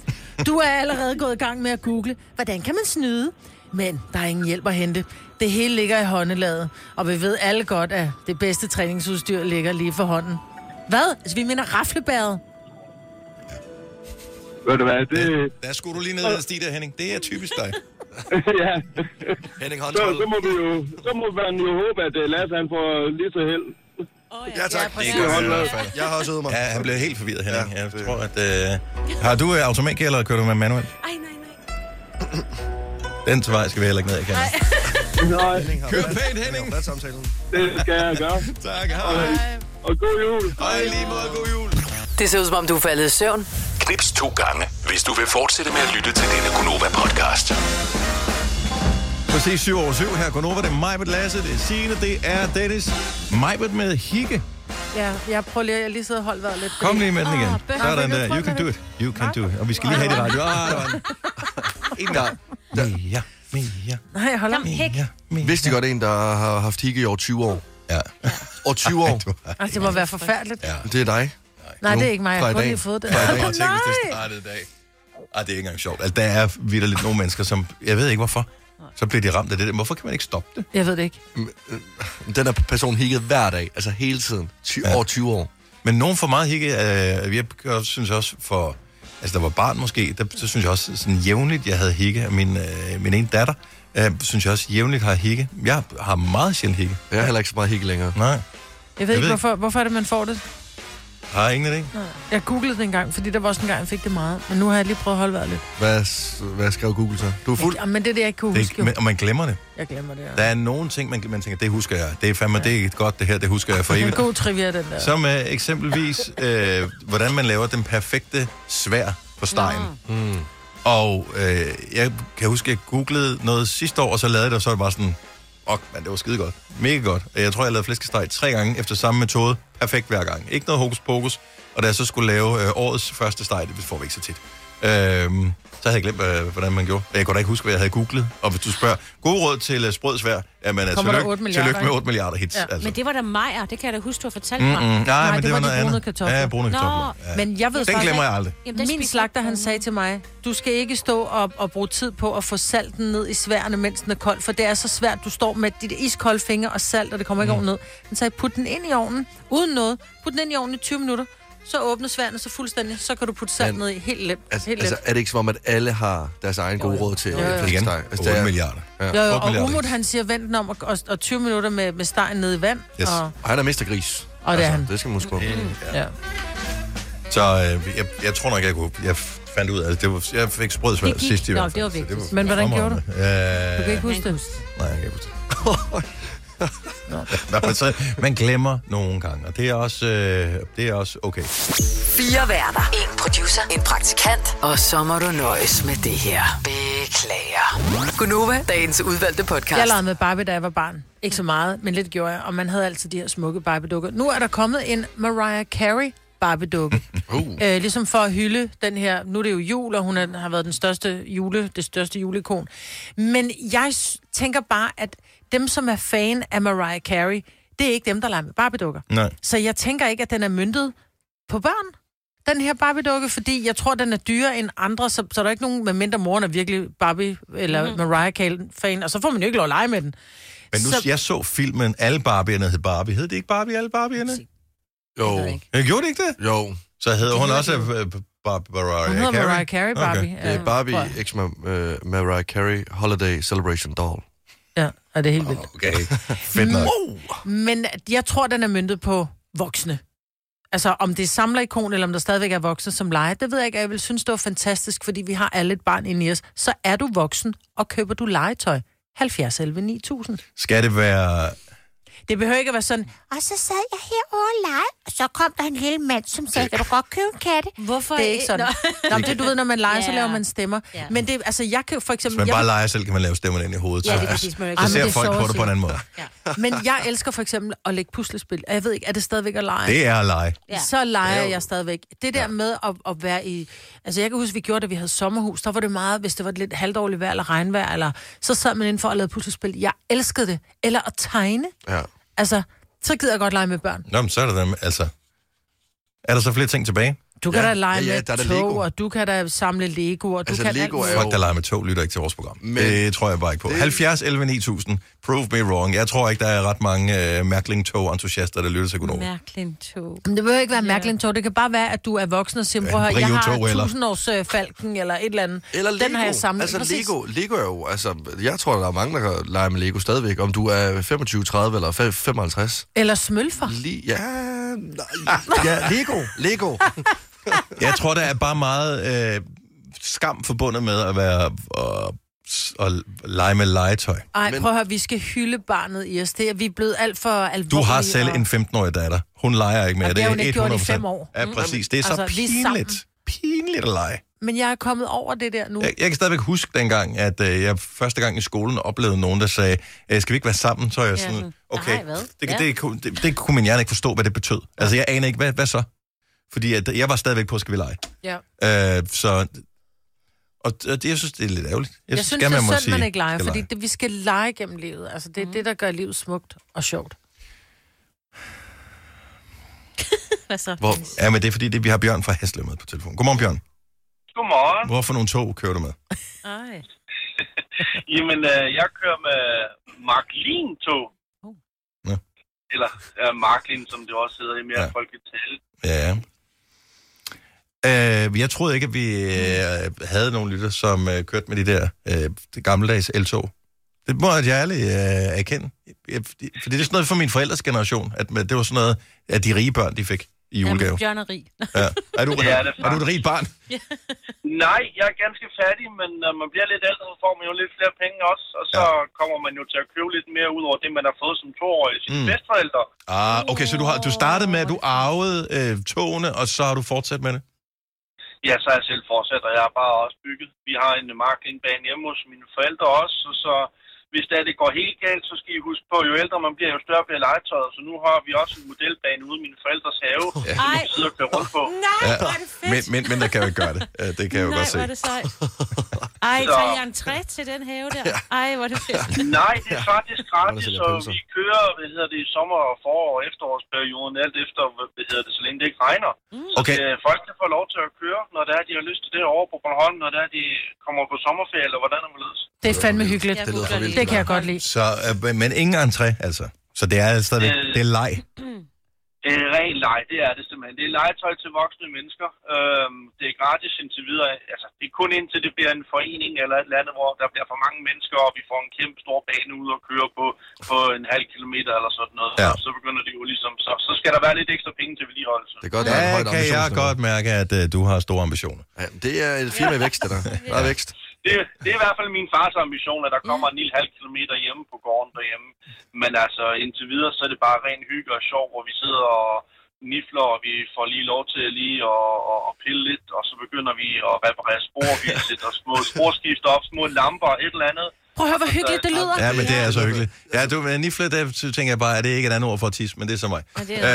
Speaker 3: Du er allerede gået i gang med at google, hvordan kan man snyde? Men der er ingen hjælp at hente. Det hele ligger i håndelaget, og vi ved alle godt, at det bedste træningsudstyr ligger lige for hånden. Hvad? Altså, vi mener raflebæret.
Speaker 8: Ved du hvad, det...
Speaker 1: Der skulle du lige ned og stige der, Henning. Det er typisk dig.
Speaker 8: ja.
Speaker 2: Henning
Speaker 8: Så,
Speaker 2: Håndhold.
Speaker 8: så, må vi jo, så må man jo håbe, at øh, Lasse han får lige så held.
Speaker 2: Ja, tak.
Speaker 4: præcis.
Speaker 2: det gør jeg i
Speaker 8: Håndhold.
Speaker 2: hvert fald. Jeg har også øvet mig.
Speaker 1: Ja, han blev helt forvirret, Henning.
Speaker 2: Ja,
Speaker 1: jeg
Speaker 2: det-
Speaker 1: tror, at... Øh, har du øh, automatgear, eller kører du med manuel?
Speaker 4: Ej, nej, nej.
Speaker 1: Den vej skal vi heller ikke ned, kan jeg.
Speaker 8: Nej,
Speaker 1: Kør pænt, Henning.
Speaker 2: Hvad er samtalen?
Speaker 8: det skal jeg gøre.
Speaker 1: Tak, hej.
Speaker 8: Og god jul.
Speaker 1: Hej, lige måde, god jul.
Speaker 9: Det ser ud som om, du er faldet i søvn.
Speaker 5: Knips to gange, hvis du vil fortsætte med at lytte til denne Gunova-podcast.
Speaker 1: Præcis 7 over 7 her. Godnova, det er Majbet Lasse, det er Signe, det er Dennis. Majbet med hikke.
Speaker 3: Ja, jeg prøver lige, jeg lige sidder og holdt vejret lidt.
Speaker 1: Kom lige med den igen.
Speaker 4: Åh, bøh.
Speaker 1: Sådan der. You can do it. You can do it. Og vi skal lige have det i radio. Ah, der var den.
Speaker 2: En gang.
Speaker 1: Mere, mere,
Speaker 3: Nej, jeg holder.
Speaker 4: Kom, hæk.
Speaker 1: mere, mere.
Speaker 2: Vidste I godt en, der har haft hikke i over 20 år?
Speaker 1: Ja.
Speaker 2: Over 20 år.
Speaker 3: Altså, det må være forfærdeligt.
Speaker 1: Ja.
Speaker 2: Det er dig.
Speaker 3: Nej, det er ikke mig. Jeg
Speaker 2: Fra i
Speaker 3: har kun
Speaker 2: dag.
Speaker 3: lige fået det.
Speaker 1: Ej,
Speaker 3: Åh,
Speaker 1: jeg tænkte, hvis det
Speaker 3: nej!
Speaker 1: startede i dag. Ej, det er ikke engang sjovt. Altså, der er vitterligt nogle mennesker, som... Jeg ved ikke, hvorfor. Så bliver de ramt af det der. Hvorfor kan man ikke stoppe det?
Speaker 3: Jeg ved det ikke.
Speaker 2: Den her person hikkede hver dag. Altså hele tiden. 20,
Speaker 1: Ja.
Speaker 2: Over 20 år.
Speaker 1: Men nogen for meget hikke, øh, jeg gør- synes også for, altså der var barn måske, der, så synes jeg også sådan jævnligt, jeg havde hikke, og min, øh, min ene datter, øh, synes jeg også jævnligt har hikke. Jeg har meget sjældent hikke.
Speaker 2: Jeg er heller ikke så meget hikke længere.
Speaker 1: Nej,
Speaker 3: Jeg ved, jeg ikke,
Speaker 1: ved
Speaker 3: hvorfor, hvorfor er det, man får det.
Speaker 1: har jeg ingen idé.
Speaker 3: Jeg googlede det engang, fordi der var også en gang, jeg fik det meget. Men nu har jeg lige prøvet at holde vejret lidt.
Speaker 2: Hvad, s- hvad skrev Google så? Du er fuld.
Speaker 3: Ja, men det er det, jeg ikke kunne
Speaker 1: Det, er
Speaker 3: huske.
Speaker 1: ikke-
Speaker 3: jo.
Speaker 1: men, og man glemmer det.
Speaker 3: Jeg glemmer det.
Speaker 1: Der
Speaker 3: Ja.
Speaker 1: er nogle ting, man, man tænker, det husker jeg. Det er fandme, ja. det er godt det her, det husker jeg for
Speaker 3: Det er
Speaker 1: evigt.
Speaker 3: en god trivia, den der.
Speaker 1: Som øh, eksempelvis, øh, hvordan man laver den perfekte svær på stegen. Mm. Og øh, jeg kan huske, jeg googlede noget sidste år, og så lavede jeg det, og så var det bare sådan, ok, men det var skide godt. Mega godt. Og Jeg tror, jeg lavede flæskesteg tre gange efter samme metode. Perfekt hver gang. Ikke noget hokus pokus. Og da jeg så skulle lave øh, årets første steg, det får vi ikke så tit. Øhm, så havde jeg glemt, øh, hvordan man gjorde. Jeg kunne da ikke huske, hvad jeg havde googlet. Og hvis du spørger, gode råd til øh, sprød svær, jamen, øh,
Speaker 3: Kommer der
Speaker 1: tillykke,
Speaker 3: 8 milliarder,
Speaker 1: tillykke med
Speaker 3: ikke?
Speaker 1: 8 milliarder hits.
Speaker 3: Ja,
Speaker 1: Ja, altså.
Speaker 4: Men det var da Majer, det kan jeg da huske, du har fortalt mig.
Speaker 1: Mm, nej, Nej, men
Speaker 3: det
Speaker 1: det,
Speaker 3: var de
Speaker 1: var noget
Speaker 3: brune
Speaker 1: andet.
Speaker 3: kartofler.
Speaker 1: Ja, brune
Speaker 4: Nå.
Speaker 1: kartofler. Ja.
Speaker 3: Men jeg ved
Speaker 1: Den
Speaker 3: faktisk,
Speaker 1: glemmer jeg aldrig.
Speaker 4: Jamen, den
Speaker 3: min
Speaker 4: spiser
Speaker 3: slagter,
Speaker 4: jeg
Speaker 3: han
Speaker 4: ikke.
Speaker 3: sagde til mig, du skal ikke stå og, og bruge tid på at få salten ned i sværene, mens den er kold, for det er så svært, du står med dit iskolde finger og salt, og det kommer ikke mm. ordentligt ned. Han sagde, put den ind i ovnen, uden noget. Put den ind i ovnen i 20 minutter, så åbner sværene så fuldstændig, så kan du putte salt
Speaker 2: Men-
Speaker 3: ned i helt let.
Speaker 2: Altså,
Speaker 3: helt
Speaker 2: altså,
Speaker 3: let.
Speaker 2: er det ikke som om, at alle har deres egen gode råd til
Speaker 3: jo.
Speaker 2: en
Speaker 1: Igen,
Speaker 2: flæskesteg? Altså, det
Speaker 1: 8
Speaker 2: er,
Speaker 1: milliarder.
Speaker 3: Jo, jo,
Speaker 1: Otte
Speaker 3: og
Speaker 1: milliarder
Speaker 3: Umut,
Speaker 1: hits.
Speaker 3: han siger, vent den om, og, og, og 20 minutter med, med stegen ned i vand.
Speaker 1: Yes.
Speaker 3: Og,
Speaker 2: og han er mester gris. Altså,
Speaker 3: og det er han.
Speaker 2: Det skal man huske på.
Speaker 3: Ja.
Speaker 1: Så øh, jeg, jeg tror nok, jeg kunne... Jeg f- fandt ud af altså, det. det var, jeg fik sprød svært
Speaker 4: Det gik.
Speaker 1: sidst i
Speaker 4: Nå,
Speaker 1: hvert fald.
Speaker 4: det var
Speaker 1: så
Speaker 4: vigtigt.
Speaker 3: Men hvordan gjorde du?
Speaker 1: fremragende. Øh,
Speaker 3: Du kan ikke huske det.
Speaker 1: Nej, jeg kan ikke huske det. Nå, men så, man glemmer nogle gange, og det er også, øh, det er også okay.
Speaker 9: Fire værter. En producer. En praktikant. Og så må du nøjes med det her. Beklager. Gunova, dagens udvalgte podcast.
Speaker 3: Jeg legede med Barbie, da jeg var barn. Ikke så meget, men lidt gjorde jeg. Og man havde altid de her smukke Barbie-dukker. Nu er der kommet en Mariah Carey Barbie-dukke.
Speaker 2: Uh.
Speaker 3: øh, ligesom for at hylde den her... Nu er det jo jul, og hun er, har været den største jule, det største julekon. Men jeg s- tænker bare, at dem, som er fan af Mariah Carey, det er ikke dem, der leger med Barbie-dukker.
Speaker 1: Nej.
Speaker 3: Så jeg tænker ikke, at den er myndet på børn. Den her Barbie-dukke, fordi jeg tror, den er dyrere end andre, så, så er der ikke nogen, med mindre moren er virkelig Barbie eller mm-hmm. Mariah Carey-fan, og så får man jo ikke lov at lege med den.
Speaker 1: Men nu,
Speaker 3: Så-
Speaker 1: så... jeg så filmen, alle Barbierne hed Barbie. Hed det ikke Barbie, alle Barbierne?
Speaker 2: Jo.
Speaker 1: Øh, Gjorde det ikke det?
Speaker 2: Jo.
Speaker 1: Så hedder hun også øh, Barbara
Speaker 3: Hun hedder
Speaker 1: Carey?
Speaker 3: Mariah Carey,
Speaker 1: Okay.
Speaker 3: Barbie. øh,
Speaker 2: Det er
Speaker 3: tror
Speaker 2: Barbie,
Speaker 3: jeg.
Speaker 2: x uh, Mariah Carey, Holiday Celebration Doll.
Speaker 3: Ja, og det er helt vildt.
Speaker 1: Okay, fedt nok.
Speaker 3: Men jeg tror, den er myndet på voksne. Altså, om det er samlerikon, eller om der stadigvæk er voksne som leger, det ved jeg ikke, og jeg vil synes, det var fantastisk, fordi vi har alle et barn inde i os. Så er du voksen, og køber du legetøj. 70 11 9000.
Speaker 1: Skal det være...
Speaker 3: Det behøver ikke at være sådan, og så sad jeg herovre og legede, og så kom der en lille mand, som sagde, kan du godt købe en katte?
Speaker 4: Hvorfor
Speaker 3: Det er ikke sådan. Nå, men det, du ved, når man leger, så
Speaker 4: Ja.
Speaker 3: laver man stemmer.
Speaker 4: Ja.
Speaker 3: Men det, altså, jeg kan jo for
Speaker 1: Hvis
Speaker 3: eksempel...
Speaker 1: man
Speaker 3: jeg
Speaker 1: bare
Speaker 3: vil-
Speaker 1: leger selv, kan man lave stemmerne ind i hovedet.
Speaker 4: Ja,
Speaker 1: så-
Speaker 4: det er præcis, man jo ikke-
Speaker 1: Så
Speaker 4: Ej, men
Speaker 1: ser
Speaker 4: det er
Speaker 1: folk
Speaker 4: så
Speaker 1: på det på en
Speaker 4: sødt.
Speaker 1: anden måde.
Speaker 3: Men jeg elsker for eksempel at lægge puslespil. Og Jeg ved ikke, er det stadigvæk at lege?
Speaker 1: Det er at lege.
Speaker 4: Ja.
Speaker 3: Ja. Så leger jeg stadigvæk. Det der med at, at være i... Altså, jeg kan huske, vi gjorde, da vi havde sommerhus. Der var det meget, hvis det var et lidt halvdårligt vejr eller regnvejr, eller så sad man indenfor og lavede puslespil. Jeg elskede det. Eller at tegne.
Speaker 2: Ja.
Speaker 3: Altså, så gider jeg godt lege med børn.
Speaker 1: Nå, men så er der dem, altså... Er der så flere ting tilbage?
Speaker 3: Du kan
Speaker 2: Ja,
Speaker 3: da lege
Speaker 2: ja, ja, der er
Speaker 3: med
Speaker 2: da
Speaker 3: tog,
Speaker 2: Lego.
Speaker 3: og du kan da samle Lego, og du
Speaker 2: Altså,
Speaker 3: kan
Speaker 2: Lego er
Speaker 3: alt
Speaker 2: jo-
Speaker 3: muligt.
Speaker 1: Folk, der leger med tog, lytter ikke til vores program. Men,
Speaker 2: Men-
Speaker 1: det tror jeg bare ikke på. Det... 70 11 9000. Prove me wrong. Jeg tror ikke, der er ret mange øh, Mærkling-tog-entusiaster, der lytter til Gunova.
Speaker 4: Mærkeligt tog.
Speaker 3: Men det behøver ikke være mærkeligt tog. Det kan bare være, at du er voksen og siger, prøv at høre, jeg
Speaker 1: Brio
Speaker 3: har
Speaker 1: tog, eller-
Speaker 3: 1000 års øh, falken eller et eller andet.
Speaker 2: Eller Lego.
Speaker 3: Den har jeg samlet.
Speaker 2: Altså
Speaker 3: Præcis.
Speaker 2: Lego, Lego er jo, altså, jeg tror, der er mange, der kan lege med Lego stadigvæk. Om du er 25, 30 eller fe- 55.
Speaker 3: Eller smølfer.
Speaker 2: Lige, ja, nej, ja, Lego, Lego.
Speaker 1: Jeg tror, der er bare meget øh, skam forbundet med at være... Og, og lege med legetøj.
Speaker 3: Ej,
Speaker 2: Men-
Speaker 3: prøv at høre, vi skal hylde barnet i os. Det er, vi er blevet alt for alvorlige.
Speaker 1: Du har selv
Speaker 3: og-
Speaker 1: en 15-årig datter. Hun leger ikke mere.
Speaker 3: Og det har hun ikke gjort i
Speaker 1: 100%.
Speaker 3: fem år.
Speaker 1: Ja, præcis. Det er så
Speaker 3: Altså, vi er sammen.
Speaker 1: pinligt. Pinligt at lege.
Speaker 3: Men jeg er kommet over det der nu.
Speaker 1: Jeg, jeg kan stadigvæk huske dengang, at øh, jeg første gang i skolen oplevede nogen, der sagde, øh, skal vi ikke være sammen? Så er jeg
Speaker 4: Ja,
Speaker 1: sådan,
Speaker 4: sådan,
Speaker 1: okay,
Speaker 4: nej, hvad?
Speaker 1: det,
Speaker 4: Ja.
Speaker 1: det, det, kunne- det, det kunne min hjerne ikke forstå, hvad det betød. Altså, jeg aner ikke, hvad, hvad så? Fordi at, jeg var stadigvæk på, skal vi lege?
Speaker 3: Ja.
Speaker 1: Øh, så, og, og det, jeg synes, det er lidt ærgerligt.
Speaker 3: Jeg, jeg synes, det
Speaker 1: skal må
Speaker 3: er synd,
Speaker 1: sige,
Speaker 3: man ikke leger,
Speaker 1: skal
Speaker 3: fordi
Speaker 1: lege.
Speaker 3: det, vi skal lege gennem livet. Altså, det er mm. det, der gør livet smukt og sjovt.
Speaker 4: Hvad så?
Speaker 2: Hvor,
Speaker 1: Ja, men det er fordi, det, vi har Bjørn fra Hasle med på telefonen. Godmorgen, Bjørn.
Speaker 8: Godmorgen.
Speaker 1: Hvorfor nogle tog kører du med?
Speaker 4: Ej.
Speaker 8: Jamen, øh, jeg kører med Marklin-tog.
Speaker 4: Oh.
Speaker 1: Ja.
Speaker 8: Eller øh, Marklin, som det også hedder i mere
Speaker 1: Ja.
Speaker 8: ja. folketale.
Speaker 1: Ja. Øh, jeg troede ikke, at vi øh, havde nogen lytter, som øh, kørte med de der øh, de gammeldags L-tog. Det må jeg ærligt øh, erkende. Jeg, fordi fordi det er sådan noget for min forældres generation, at man- det var sådan noget, at de rige børn, de fik i julegave.
Speaker 4: Jamen, Bjørn er rig.
Speaker 1: Ja. Er, du,
Speaker 8: Ja, det er
Speaker 1: er, er du et rigt barn?
Speaker 8: Nej, jeg er ganske fattig, men når man bliver lidt ældre, så får man jo lidt flere penge også. Og så ja. kommer man jo til at købe lidt mere ud over det, man har fået som toårig af sine
Speaker 1: Mm.
Speaker 8: mm. bedsteforældre.
Speaker 1: Ah, okay, så du, har, du startede med, at du arvede øh, togene, og så har du fortsat med det?
Speaker 8: Ja, så er jeg selv fortsat, og jeg har bare også bygget. Vi har en marklingbane hjemme hos mine forældre også, og så hvis det, er, det går helt galt, så skal I huske på, jo ældre man bliver, jo større bliver legetøjet. Så nu har vi også en modelbane ude i mine forældres have, ja. som
Speaker 4: Ej.
Speaker 8: vi sidder og kører rundt på.
Speaker 4: Nej, hvor er det fedt.
Speaker 1: Men, men, men der kan jo ikke gøre det. Øh, Det kan jeg jo
Speaker 4: Nej,
Speaker 1: godt se.
Speaker 4: hvor er det sejt. Ej,
Speaker 8: Så-
Speaker 4: tager jeg en træ til den have der? Ej, hvor er det fedt.
Speaker 8: Nej, det er faktisk gratis,
Speaker 2: sælger
Speaker 8: og
Speaker 2: pølser.
Speaker 8: vi kører, hvad hedder det, i sommer, og forår og efterårsperioden, alt efter, hvad- hvad hedder det, så længe det ikke regner.
Speaker 1: Okay.
Speaker 8: Øh, folk kan få lov til at køre, når det er, de har lyst til det over på Bornholm, når det er, de kommer på sommerferie, eller hvordan det hvorledes.
Speaker 3: Det er fandme hyggeligt.
Speaker 4: Jeg
Speaker 2: Det lyder for vildt,
Speaker 3: Det
Speaker 2: det
Speaker 3: kan
Speaker 2: der.
Speaker 3: jeg godt lide.
Speaker 1: Så, øh, men- men ingen entré, altså. Så det er stadigvæk,
Speaker 8: Øh.
Speaker 1: det er leg.
Speaker 8: Det er ren leg, det er det simpelthen. Det er legetøj til voksne mennesker. Øhm, det er gratis indtil videre. Altså, det er kun indtil det bliver en forening eller et eller andet, hvor der bliver for mange mennesker, og vi får en kæmpe stor bane ud og køre på, på en halv kilometer eller sådan noget.
Speaker 1: Ja.
Speaker 8: Ja. Så begynder det jo ligesom, så, så skal der være lidt ekstra penge til vedligeholdelse.
Speaker 2: det er godt, der er en
Speaker 1: Ja,
Speaker 2: højt
Speaker 1: kan jeg
Speaker 2: ambitionsniveau.
Speaker 1: godt mærke, at øh, du har store ambitioner.
Speaker 2: Ja, det er et firma i vækst, det der. Der er vækst.
Speaker 8: Det, det er i hvert fald min fars ambition, at der kommer
Speaker 4: Mm.
Speaker 8: en lille halv kilometer hjemme på gården derhjemme. Men altså, indtil videre, så er det bare ren hygge og sjov, hvor vi sidder og nifler, og vi får lige lov til lige at, at, at pille lidt, og så begynder vi at reparere spor, vi sætter små sporskifter op, små lamper, et eller andet.
Speaker 3: Prøv at høre, hvor hyggeligt det lyder.
Speaker 1: Ja, men det er så hyggeligt. Ja, du, men nifle, der så tænker jeg bare, at det ikke er et andet ord for tis, men det er så mig.
Speaker 4: Ja, det er
Speaker 1: Øh,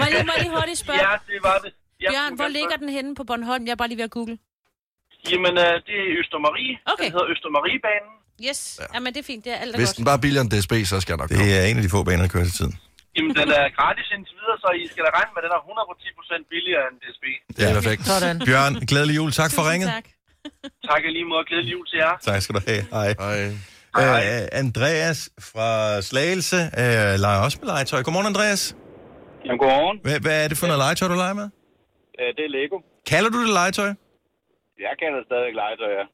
Speaker 4: Må jeg lige, må jeg lige hurtigt spørge?
Speaker 8: Ja, det var det. Ja,
Speaker 4: Bjørn,
Speaker 8: du
Speaker 4: hvor
Speaker 8: kan
Speaker 4: ligger
Speaker 8: spørge.
Speaker 4: den henne på Bornholm? Jeg er bare lige ved at google.
Speaker 8: Jamen, øh, det er Østermarie.
Speaker 4: Okay.
Speaker 8: Den hedder Østermariebanen.
Speaker 4: Yes, jamen det er fint. Det er alt er
Speaker 2: Hvis
Speaker 4: godt.
Speaker 2: den bare er billigere end DSB, så skal jeg nok komme.
Speaker 1: det er en af de få baner, der kører til tiden.
Speaker 8: Jamen, den er gratis indtil videre, så I skal da regne med, at den er 110% billigere end DSB.
Speaker 2: Det er perfekt.
Speaker 3: Sådan.
Speaker 1: Bjørn, glædelig jul. Tak for
Speaker 4: Tusind
Speaker 1: ringet.
Speaker 4: Tak.
Speaker 8: Tak i lige måde, og glædelig jul til jer.
Speaker 1: Tak skal du have. Hej.
Speaker 2: Ej.
Speaker 1: Øh, Andreas fra Slagelse øh, leger også med legetøj. Godmorgen, Andreas.
Speaker 8: Jamen, godmorgen.
Speaker 1: Hvad, hvad er det for noget legetøj, du leger med?
Speaker 10: Øh, det er Lego.
Speaker 1: Kalder du det legetøj?
Speaker 10: Jeg kalder det stadigvæk legetøj, ja.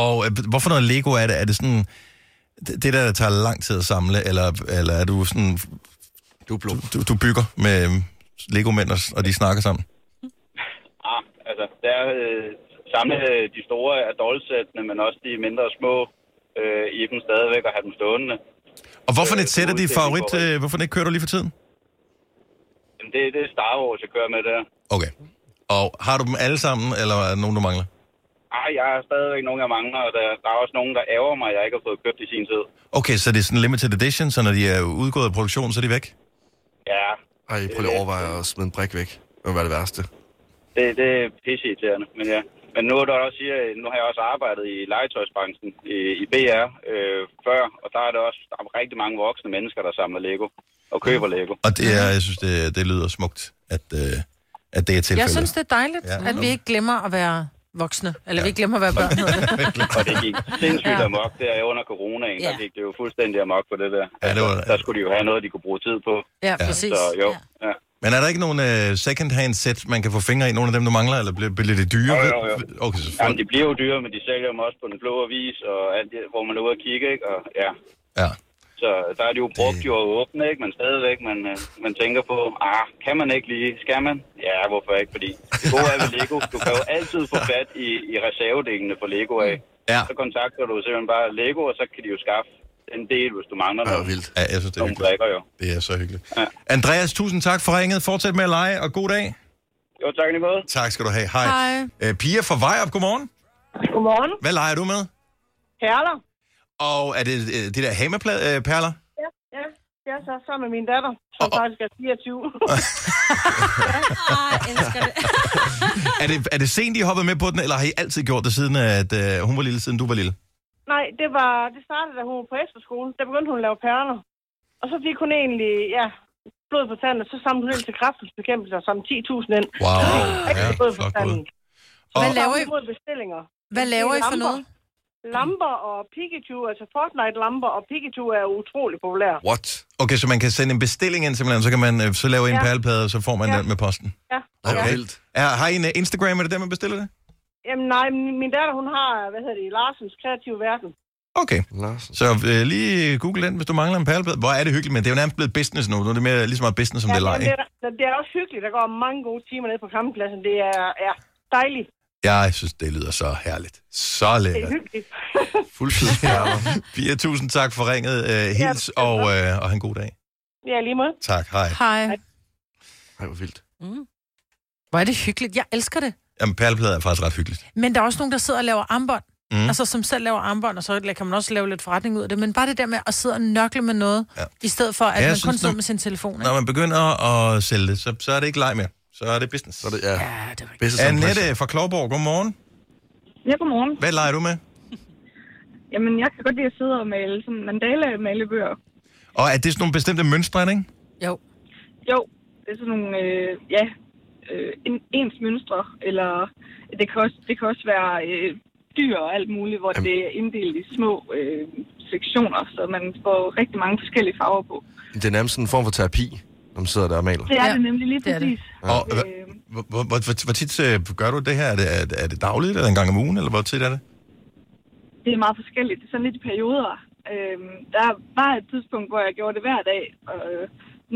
Speaker 1: Og øh, hvorfor noget Lego er det? Er det sådan det det der, der tager lang tid at samle, eller, eller er du sådan...
Speaker 2: Du,
Speaker 1: du, du bygger med øhm, Lego-mænd, og, og de snakker sammen?
Speaker 10: Ah, altså, der er øh, samle øh, de store adoltsættene, men også de mindre små øh, i dem stadigvæk og have dem stående.
Speaker 1: Og hvorfor øh, et sæt er dit favorit? Øh, hvorfor et kører du lige for tiden?
Speaker 10: Jamen, det, det er Star Wars, jeg kører med der.
Speaker 1: Okay. Og har du dem alle sammen, eller er der nogen, du mangler?
Speaker 10: Ah, jeg har stadigvæk nogen, jeg mangler, og der, der er også nogen, der ærger mig, at jeg ikke har fået købt i sin tid.
Speaker 1: Okay, så det er sådan limited edition, så når de er udgået af produktion, så er de væk?
Speaker 10: Ja,
Speaker 2: Ej, prøv lige at overveje at smide en brik væk. Det må være det værste.
Speaker 10: det, det er pisseirriterende, men ja. Men nu er der også siger, nu har jeg også arbejdet i legetøjsbranchen i, i BR øh, før, og der er der også der er rigtig mange voksne mennesker, der samler Lego og køber Lego.
Speaker 1: Og det er, jeg synes, det, det lyder smukt, at, øh, at det er tilfældet.
Speaker 3: Jeg synes, det er dejligt,
Speaker 1: Ja.
Speaker 3: ja. at vi ikke glemmer at være voksne. Eller ja. vi ikke glemmer at være børn. hedder det.
Speaker 10: og det gik sindssygt amok der under coronaen. Der gik det jo fuldstændig amok på det der. Altså,
Speaker 1: Ja, det var,
Speaker 10: Der skulle de jo have noget, de kunne bruge tid på.
Speaker 3: Ja, præcis.
Speaker 10: Så jo, ja.
Speaker 1: Men er der ikke nogen øh, second-hand sæt, man kan få fingre i? Nogle af dem, du mangler, eller bliver, bliver det dyre?
Speaker 10: Jo, jo, jo.
Speaker 1: Okay, så
Speaker 10: Jamen, de bliver jo dyre, men de sælger dem også på den blå avis, og alt det, hvor man er ude at kigge, ikke? Og, ja.
Speaker 1: Ja.
Speaker 10: Så der er de jo brugt jo og åbne, ikke? Men stadigvæk, man, øh, man tænker på, ah, kan man ikke lige? Skal man? Ja, hvorfor ikke? Fordi det gode er ved Lego, du kan jo altid få fat i, i reservedelene på Lego af.
Speaker 1: Ja.
Speaker 10: Så kontakter du simpelthen bare Lego, og så kan de jo skaffe en del, hvis du mangler noget. Ja,
Speaker 1: vildt. Ja, jeg synes, det er
Speaker 10: Nogle brækker jo.
Speaker 1: Det er så hyggeligt. Ja. Andreas, tusind tak for ringet. Fortsæt med at lege, og god dag.
Speaker 10: Jo, tak lige måde.
Speaker 1: Tak skal du have. Hej.
Speaker 6: Hej.
Speaker 1: Øh, Pia fra Vejrup, godmorgen.
Speaker 6: Godmorgen.
Speaker 1: Hvad leger du med?
Speaker 6: Perler.
Speaker 1: Og er det øh, det der hamaperler?
Speaker 6: Ja, ja. Det er så sammen med min datter, som oh, faktisk er 24.
Speaker 4: Jeg elsker det.
Speaker 1: er, det, er det sent, I hoppede med på den, eller har I altid gjort det, siden at øh, hun var lille, siden du var lille?
Speaker 6: Nej, det var det startede, da hun var på efterskole. Der begyndte hun at lave perler. Og så fik hun egentlig, ja, blod på tanden, og så samlede hun ind til kræftbekæmpelse og samlede 10.000 ind.
Speaker 1: Wow.
Speaker 6: Ikke
Speaker 1: Ja,
Speaker 6: blod på
Speaker 1: flot
Speaker 6: tanden.
Speaker 1: gået. Og-
Speaker 6: Hvad laver I? Mod bestillinger.
Speaker 3: Hvad laver I for
Speaker 6: Lamper.
Speaker 3: noget?
Speaker 6: Lamper og Pikachu, altså Fortnite-lamper og Pikachu er utrolig populære.
Speaker 1: What? Okay, så man kan sende en bestilling ind simpelthen, så kan man øh, så lave en
Speaker 6: Ja.
Speaker 1: ja. perleplade, og så får man
Speaker 6: Ja.
Speaker 1: den med posten.
Speaker 6: Ja.
Speaker 1: Okay.
Speaker 6: ja.
Speaker 1: Er, har I en øh, Instagram, er det der, man bestiller det?
Speaker 6: Jamen nej, min min datter, hun har, hvad hedder det, Larsens Kreative Verden.
Speaker 1: Okay. Så øh, lige google den, hvis du mangler en perleplade. Hvor er det hyggeligt, men det er jo nærmest blevet business nu. Nu er det mere, lige så meget business, som ja, det er leg.
Speaker 6: jamen, det, er, da- det er også hyggeligt. Der går mange gode timer nede på kamppladsen. Det er ja, dejligt.
Speaker 1: Jeg synes, det lyder så herligt. Så
Speaker 6: Det er
Speaker 1: lækkert.
Speaker 6: hyggeligt.
Speaker 1: Fuldtidsperler. Pia, tusind tak for ringet. Øh, hils, og, øh, og have en god dag.
Speaker 6: Ja, lige måde.
Speaker 1: Tak, hej.
Speaker 3: Hej.
Speaker 1: Hej, hvor vildt.
Speaker 3: Mm. Hvor er det hyggeligt. Jeg elsker det.
Speaker 1: Jamen, perleplader er faktisk ret hyggeligt.
Speaker 3: Men der er også nogen, der sidder og laver armbånd.
Speaker 1: Mm.
Speaker 3: Mm. Altså, som selv laver armbånd, og så kan man også lave lidt forretning ud af det. Men bare det der med at sidde og nørkle med noget, ja. i stedet for, at
Speaker 1: Ja, jeg
Speaker 3: man
Speaker 1: synes,
Speaker 3: kun sidder
Speaker 1: når-
Speaker 3: med sin telefon.
Speaker 1: Når man begynder at sælge det, så, så er det ikke leg mere. Så er det business. Så er det, ja.
Speaker 3: ja det
Speaker 1: business Annette fra Klovborg, godmorgen.
Speaker 11: Ja, godmorgen.
Speaker 1: Hvad leger du med?
Speaker 11: Jamen, jeg kan godt lide at sidde og male sådan mandala-malebøger.
Speaker 1: Og er det sådan nogle bestemte mønstre, er det, ikke?
Speaker 3: Jo.
Speaker 11: Jo, det er sådan nogle, øh, ja, øh, en, ens mønstre, eller det kan også, det kan også være øh, dyr og alt muligt, hvor Jamen. det er inddelt i små øh, sektioner, så man får rigtig mange forskellige farver på.
Speaker 2: Det er nærmest sådan en form for terapi, når man sidder der og maler.
Speaker 11: Det er ja, det nemlig lige præcis. Øh, Det
Speaker 1: Og hva- hvor, hvor, hvor, hvor, hvor tit øh, gør du det her? Er det, er, det- er det dagligt, eller en gang om ugen, eller hvor tit er det?
Speaker 11: det. det er meget forskelligt. Det er sådan lidt i perioder. Øh, der var et tidspunkt, hvor jeg gjorde det hver dag, og øh,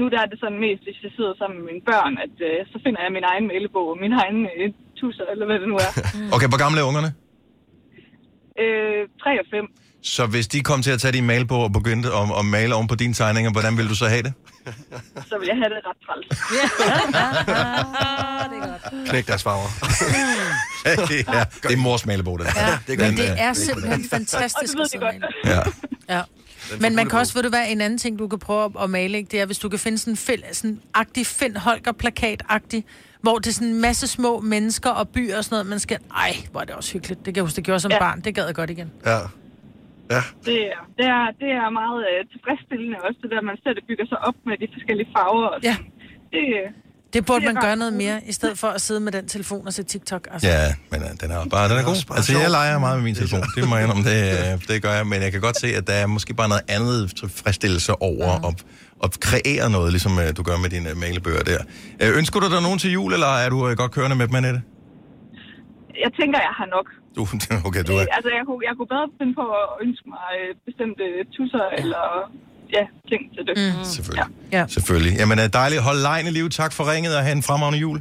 Speaker 11: nu der er det sådan mest, hvis jeg sidder sammen med mine børn, at øh, så finder jeg min egen malebog og min egen øh, tusser, eller hvad det nu er.
Speaker 1: Okay, hvor gamle er ungerne?
Speaker 11: øh, 3 og 5.
Speaker 1: Så hvis de kom til at tage din mal på og begyndte at, at male oven på dine tegninger, hvordan ville du så have det?
Speaker 11: så vil jeg have det ret træls.
Speaker 1: Knæk deres farver. ja, det er mors malebog, det der.
Speaker 3: Ja,
Speaker 1: Den,
Speaker 3: men det
Speaker 1: øh,
Speaker 3: er simpelthen
Speaker 11: Og
Speaker 3: fantastisk.
Speaker 11: du ved
Speaker 3: at
Speaker 11: det
Speaker 3: sidde med.
Speaker 1: Ja.
Speaker 3: Ja. Men man kan også, ved du hvad, en anden ting, du kan prøve at- at male, ikke? det er, hvis du kan finde sådan en fæl, sådan agtig Finn Holger plakat agtig hvor det er sådan en masse små mennesker og byer og sådan noget, man skal... Ej, hvor er det også hyggeligt. Det kan jeg huske, det gjorde som ja. barn. Det gad jeg godt igen.
Speaker 1: Ja.
Speaker 11: Det er, det er, det er meget øh, tilfredsstillende også, det der, man ser, det bygger sig op med de forskellige farver. Og ja. Det, øh,
Speaker 3: Det burde
Speaker 11: Det er
Speaker 3: man gøre
Speaker 11: ret
Speaker 3: noget
Speaker 11: cool.
Speaker 3: mere, i stedet for at sidde med den telefon og se TikTok. Altså.
Speaker 1: Ja, men øh, den er bare den er god. Altså, jeg leger meget med min telefon. Det må jeg indrømme, det, øh, det gør jeg. Men jeg kan godt se, at der er måske bare noget andet tilfredsstillelse over at, og kreere noget, ligesom øh, du gør med dine øh, mailebøger der. Øh, ønsker du dig nogen til jul, eller er du øh, godt kørende med dem, Annette?
Speaker 11: Jeg tænker, jeg har nok.
Speaker 1: Du, okay, du er...
Speaker 11: Øh, altså, jeg, kunne- jeg kunne bedre finde på at ønske mig øh, bestemte tusser eller ja, ting til det. Mm.
Speaker 1: Selvfølgelig.
Speaker 3: Ja.
Speaker 1: Selvfølgelig. Jamen, øh, dejligt. Hold lejen i live. Tak for ringet, og have en fremragende jul.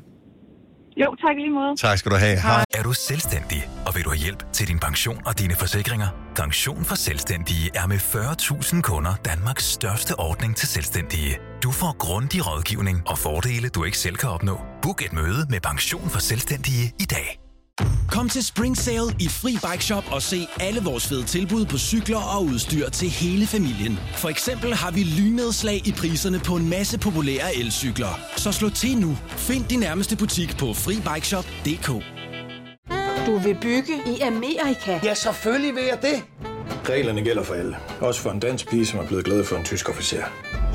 Speaker 11: Jo, tak i lige måde.
Speaker 1: Tak skal du have. Hej.
Speaker 5: Er du selvstændig, og vil du have hjælp til din pension og dine forsikringer? Pension for Selvstændige er med 40.000 kunder Danmarks største ordning til selvstændige. Du får grundig rådgivning og fordele, du ikke selv kan opnå. Book et møde med Pension for Selvstændige i dag.
Speaker 12: Kom til Spring Sale i Fri Bike Shop og se alle vores fede tilbud på cykler og udstyr til hele familien. For eksempel har vi lynedslag i priserne på en masse populære elcykler. Så slå til nu. Find din nærmeste butik på FriBikeShop.dk
Speaker 13: Du vil bygge i Amerika? Ja, selvfølgelig vil jeg det.
Speaker 14: Reglerne gælder for alle. Også for en dansk pige, som er blevet glad for en tysk officer.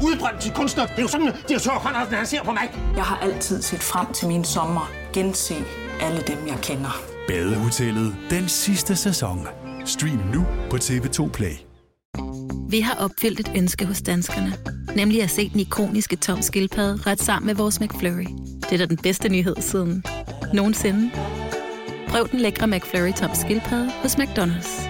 Speaker 15: Udbrændt til kunstner. Det er jo sådan, at de har Conradsen, han ser på mig. Jeg har altid set frem til min sommer. Gense alle dem, jeg kender.
Speaker 16: Badehotellet den sidste sæson. Stream nu på TV2 Play.
Speaker 17: Vi har opfyldt et ønske hos danskerne. Nemlig at se den ikoniske tom skildpadde ret sammen med vores McFlurry. Det er da den bedste nyhed siden nogensinde. Prøv den lækre McFlurry tom skildpadde hos McDonald's.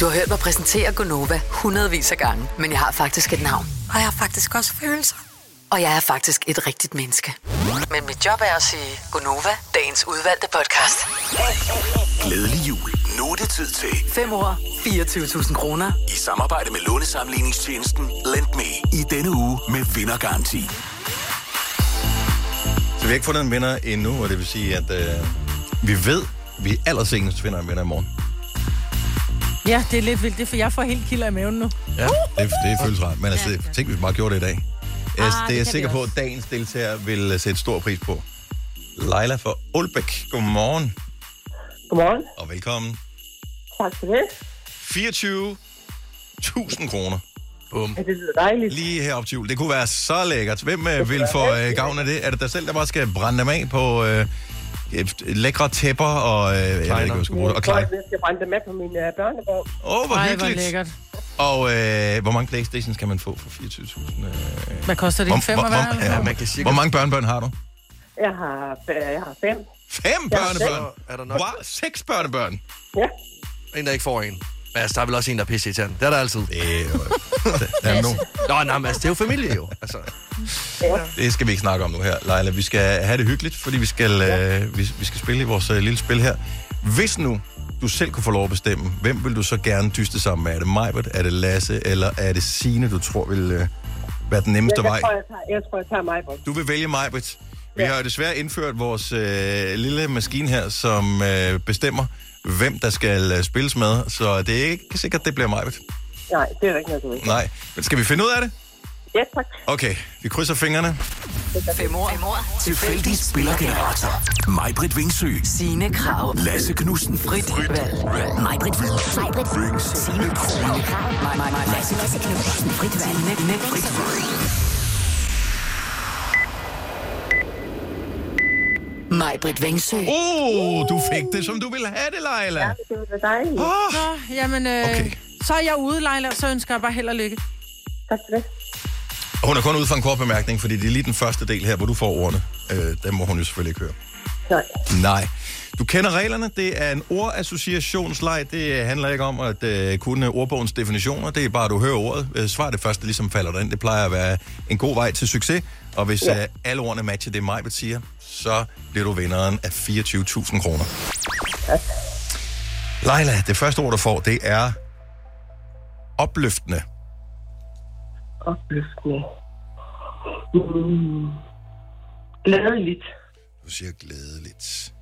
Speaker 9: Du har hørt mig præsentere Gonova hundredvis af gange, men jeg har faktisk et navn. Og jeg har faktisk også følelser. Og jeg er faktisk et rigtigt menneske. Men mit job er at sige Gonova, dagens udvalgte podcast.
Speaker 5: Glædelig jul. Nu er det tid til
Speaker 9: 5 år, 24.000 kroner.
Speaker 5: i samarbejde med lånesamligningstjenesten LendMe i denne uge med vindergaranti.
Speaker 1: Så vi har ikke fundet en vinder endnu, og det vil sige, at øh, vi ved, vi allersenest finder en vinder i morgen.
Speaker 3: Ja, det er lidt vildt, det er, for jeg får helt kilder i maven nu.
Speaker 1: Ja, det, det føles rart. Men altså, tænk, hvis vi bare gjorde det i dag. Jeg,
Speaker 3: Ah,
Speaker 1: det,
Speaker 3: det
Speaker 1: er jeg
Speaker 3: kan
Speaker 1: sikker
Speaker 3: vi
Speaker 1: på, at
Speaker 3: også.
Speaker 1: dagens deltager vil øh, sætte stor pris på. Leila fra Aalbæk, godmorgen.
Speaker 18: Godmorgen.
Speaker 1: Og velkommen.
Speaker 18: Tak for det.
Speaker 1: 24.000 kroner. Bum.
Speaker 18: Ja, det lyder dejligt.
Speaker 1: Lige her op til jul. Det kunne være så lækkert. Hvem øh, vil få øh, gavn af det? Er det dig selv, der bare skal brænde dem af på øh, øh, lækre tæpper og, øh, jeg ved ikke, hvad jeg skal bruge, det, og
Speaker 18: tror,
Speaker 1: klej?
Speaker 18: at Jeg skal brænde dem med på min uh, børnebog.
Speaker 1: Åh, oh, hvor Ej, hvor hyggeligt. lækkert. Og øh, hvor mange Playstations kan man få for 24.000? Øh...
Speaker 3: Hvad koster det? En femmer hver, eller
Speaker 1: ja,
Speaker 3: hvad?
Speaker 1: man kan cirka... Hvor mange børnebørn har du?
Speaker 18: Jeg har, øh, jeg har fem.
Speaker 1: Fem
Speaker 18: Jeg har
Speaker 1: børnebørn?
Speaker 18: seks.
Speaker 1: Er der nok? Wow, seks børnebørn?
Speaker 18: Ja.
Speaker 2: En, der ikke får en. Men altså, der er vel også en, der er pisse i tanden. Det er der altid.
Speaker 1: Det er jo... Der er nogen.
Speaker 2: Nå, nej, men altså, det er jo familie jo. Altså,
Speaker 1: Det skal vi ikke snakke om nu her, Leila. Vi skal have det hyggeligt, fordi vi skal, øh, vi, vi skal spille i vores øh, lille spil her. Hvis nu du selv kunne få lov at bestemme, hvem vil du så gerne dyste sammen med? Er det Majbert, er det Lasse, eller er det Sine, du tror vil øh, være den nemmeste
Speaker 18: jeg,
Speaker 1: vej?
Speaker 18: jeg, tror, jeg, tager, jeg tror, jeg tager mig på.
Speaker 1: Du vil vælge Majbrit. Vi har jo desværre indført vores øh, lille maskine her, som øh, bestemmer, hvem der skal øh, spilles med. Så det er ikke sikkert, det bliver Majbrit.
Speaker 18: Nej, det er der ikke noget, du ved.
Speaker 1: Nej. Men skal vi finde ud af det?
Speaker 18: Ja, tak.
Speaker 1: Okay, vi krydser fingrene.
Speaker 9: 5 år,
Speaker 5: Tilfældig spillergenerator. Majbrit Vingsø.
Speaker 9: Signe Krav.
Speaker 5: Lasse Knudsen.
Speaker 9: Frit Valg. Majbrit. Majbrit. Signe Krav. Mig, mig, mig. Lasse Lasse Knudsen. Frit Valg. Signe Frit Valg. Majbrit Vengsø.
Speaker 1: Oh, du fik det, som du ville have det, Leila. Ja,
Speaker 18: det var dejligt.
Speaker 1: Oh.
Speaker 3: Nå, jamen, øh, okay. så er jeg ude, Leila, så ønsker jeg bare held og lykke.
Speaker 18: Tak for det.
Speaker 1: Og Hun er kun ude for en kort bemærkning, fordi det er lige den første del her, hvor du får ordene. Øh, dem må hun jo selvfølgelig ikke høre.
Speaker 18: Nej.
Speaker 1: Nej. Du kender reglerne. Det er en ordassociationsleg. Det handler ikke om at øh, kunne ordbogens definitioner. Det er bare, at du hører ordet. Øh, svar det første, ligesom falder dig ind. Det plejer at være en god vej til succes. Og hvis ja.
Speaker 19: Ja.
Speaker 1: øh, alle ordene matcher det, mig vil sige, så bliver du vinderen af 24.000 kroner. Leila, det første ord, du får, det er opløftende.
Speaker 18: Opløftende. Mm. Glædeligt.
Speaker 1: Du siger glædeligt.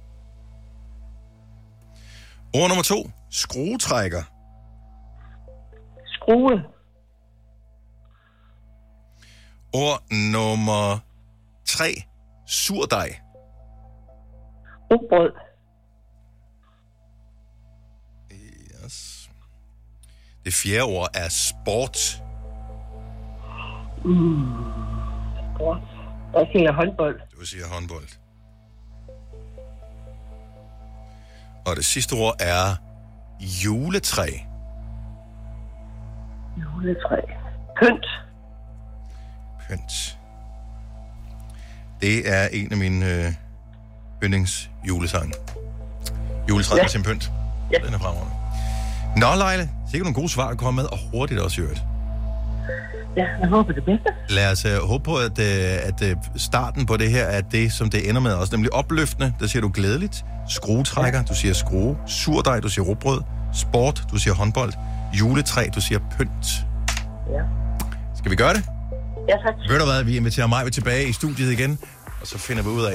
Speaker 1: Ord nummer to. Skruetrækker.
Speaker 18: Skrue.
Speaker 1: Ord nummer tre. Surdej.
Speaker 18: Rugbrød.
Speaker 1: Yes. Det fjerde ord er sport.
Speaker 18: Mm. Godt. Jeg tænker håndbold.
Speaker 1: Du siger håndbold. Og det sidste ord er juletræ.
Speaker 18: Juletræ. Kønt.
Speaker 1: Pynt. Det er en af mine øh, yndlingsjulesange. Juletræet ja. med sin pynt. Ja. Den er fremragende. Nå, Leila, sikkert nogle gode svar at komme med, og hurtigt også i øvrigt.
Speaker 18: Ja, jeg håber det bedste.
Speaker 1: Lad os øh, håbe på, at, øh, at øh, starten på det her er det, som det ender med også, nemlig opløftende. Der siger du glædeligt, skruetrækker, ja. du siger skrue, surdej, du siger råbrød, sport, du siger håndbold, juletræ, du siger pynt.
Speaker 18: Ja.
Speaker 1: Skal vi gøre det?
Speaker 18: Ja, tak.
Speaker 1: Ved du hvad, vi inviterer mig tilbage i studiet igen, og så finder vi ud af,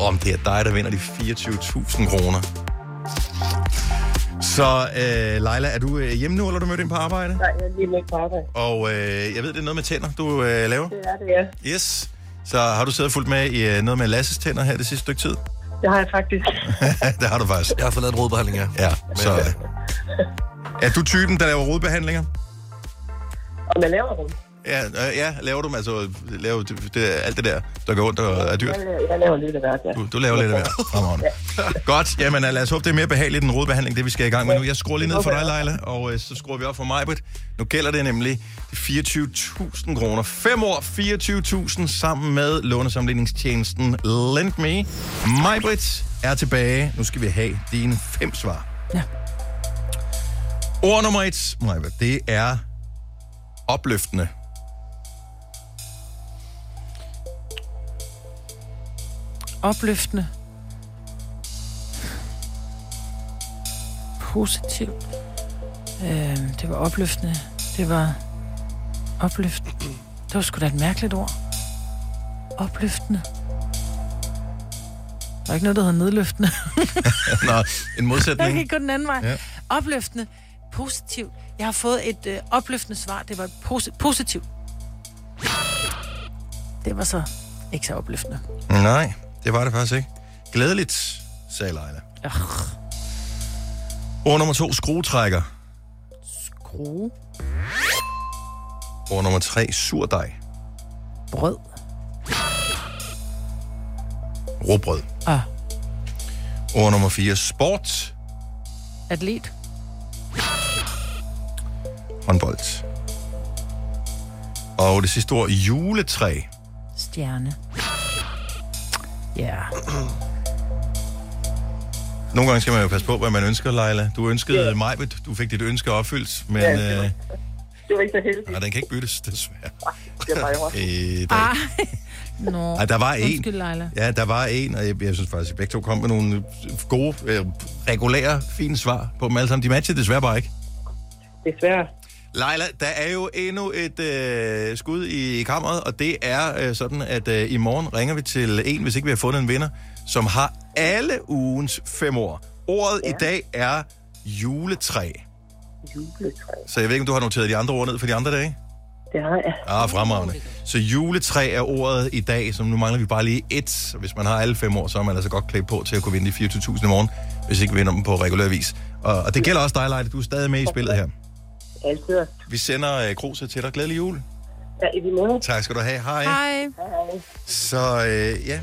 Speaker 1: om det er dig, der vinder de 24.000 kroner. Så øh, Leila, er du øh, hjemme nu, eller er du mødt ind på arbejde?
Speaker 18: Nej, jeg er lige med på arbejde.
Speaker 1: Og øh, jeg ved, det er noget med tænder, du øh, laver?
Speaker 18: Det er det, ja.
Speaker 1: Yes. Så har du siddet og fulgt med i øh, noget med Lasses tænder her det sidste stykke tid?
Speaker 18: Det har jeg faktisk.
Speaker 1: det har du faktisk.
Speaker 2: Jeg har fået lavet en rodbehandling, ja.
Speaker 1: Ja, så... Øh, er du typen, der laver rodbehandlinger?
Speaker 18: Om jeg laver dem.
Speaker 1: Ja, øh, ja, laver du dem, altså laver det, det, alt det der, der går ondt og er dyrt?
Speaker 18: Jeg laver, jeg laver lidt af hvert, ja.
Speaker 1: Du, du laver lidt af hvert fremover. Godt, jamen øh, lad os håbe, det er mere behageligt end rodbehandling, det vi skal i gang med nu. Jeg skruer lige ned for dig, Leila, og øh, så skruer vi op for Majbrit. Nu gælder det nemlig de 24.000 kroner. 5 år 24.000 sammen med lånesamledningstjenesten LendMe. Majbrit er tilbage. Nu skal vi have dine fem svar.
Speaker 3: Ja.
Speaker 1: Ord nummer et, Majbrit, det er opløftende.
Speaker 3: Opløftende. Positivt. Øh, det var opløftende. Det var opløftende. Det var sgu da et mærkeligt ord. Opløftende. Der er ikke noget, der hedder nedløftende.
Speaker 1: Nå, en
Speaker 3: Jeg
Speaker 1: modsætning.
Speaker 3: kan gå den anden vej.
Speaker 1: Ja.
Speaker 3: Ja. Opløftende. Positivt. Jeg har fået et øh, opløftende svar. Det var et posi- positivt. Det var så ikke så opløftende.
Speaker 1: Nej, det var det faktisk ikke. Glædeligt, sagde Leila. Ord nummer to, skruetrækker.
Speaker 3: Grue.
Speaker 1: Ord nummer tre, surdej.
Speaker 3: Brød.
Speaker 1: Råbrød.
Speaker 3: Ah.
Speaker 1: Ord nummer fire, sport.
Speaker 3: Atlet.
Speaker 1: Håndbold. Og det sidste ord, juletræ.
Speaker 3: Stjerne. Ja.
Speaker 1: Nogle gange skal man jo passe på, hvad man ønsker, Leila. Du ønskede yeah. mig, du fik dit ønske opfyldt, men
Speaker 18: Ja,
Speaker 1: yeah,
Speaker 18: det
Speaker 1: øh,
Speaker 18: var- Det var ikke så heldigt.
Speaker 1: nej, den kan ikke byttes, desværre.
Speaker 18: Det var bare
Speaker 1: I dag.
Speaker 3: Ah. Nå.
Speaker 1: Ej, der var en.
Speaker 3: Undskyld, Leila.
Speaker 1: Ja, der var en, og jeg, jeg synes faktisk, at I begge to kom med nogle gode, øh, regulære, fine svar på dem alle sammen. De matchede desværre bare ikke.
Speaker 18: Desværre.
Speaker 1: Leila, der er jo endnu et øh, skud i, i kammeret, og det er øh, sådan, at øh, i morgen ringer vi til en, hvis ikke vi har fundet en vinder, som har alle ugens fem år. Ordet ja. i dag er juletræ.
Speaker 18: Juletræ.
Speaker 1: Så jeg ved ikke, om du har noteret de andre ord ned for de andre dage?
Speaker 18: Det har jeg.
Speaker 1: Ja, ah, fremragende. Så juletræ er ordet i dag, som nu mangler vi bare lige et. Så hvis man har alle fem år, så er man altså godt klædt på til at kunne vinde de 24.000 i morgen, hvis ikke vi vinder dem på regulær vis. Og, og det gælder også dig, Leila. Du er stadig med i spillet her.
Speaker 18: Altid. også.
Speaker 1: Vi sender øh, gruset til dig. Glædelig jul.
Speaker 18: Ja, i lige måde.
Speaker 1: Tak skal du have. Hej.
Speaker 3: Hej.
Speaker 1: Så øh, ja,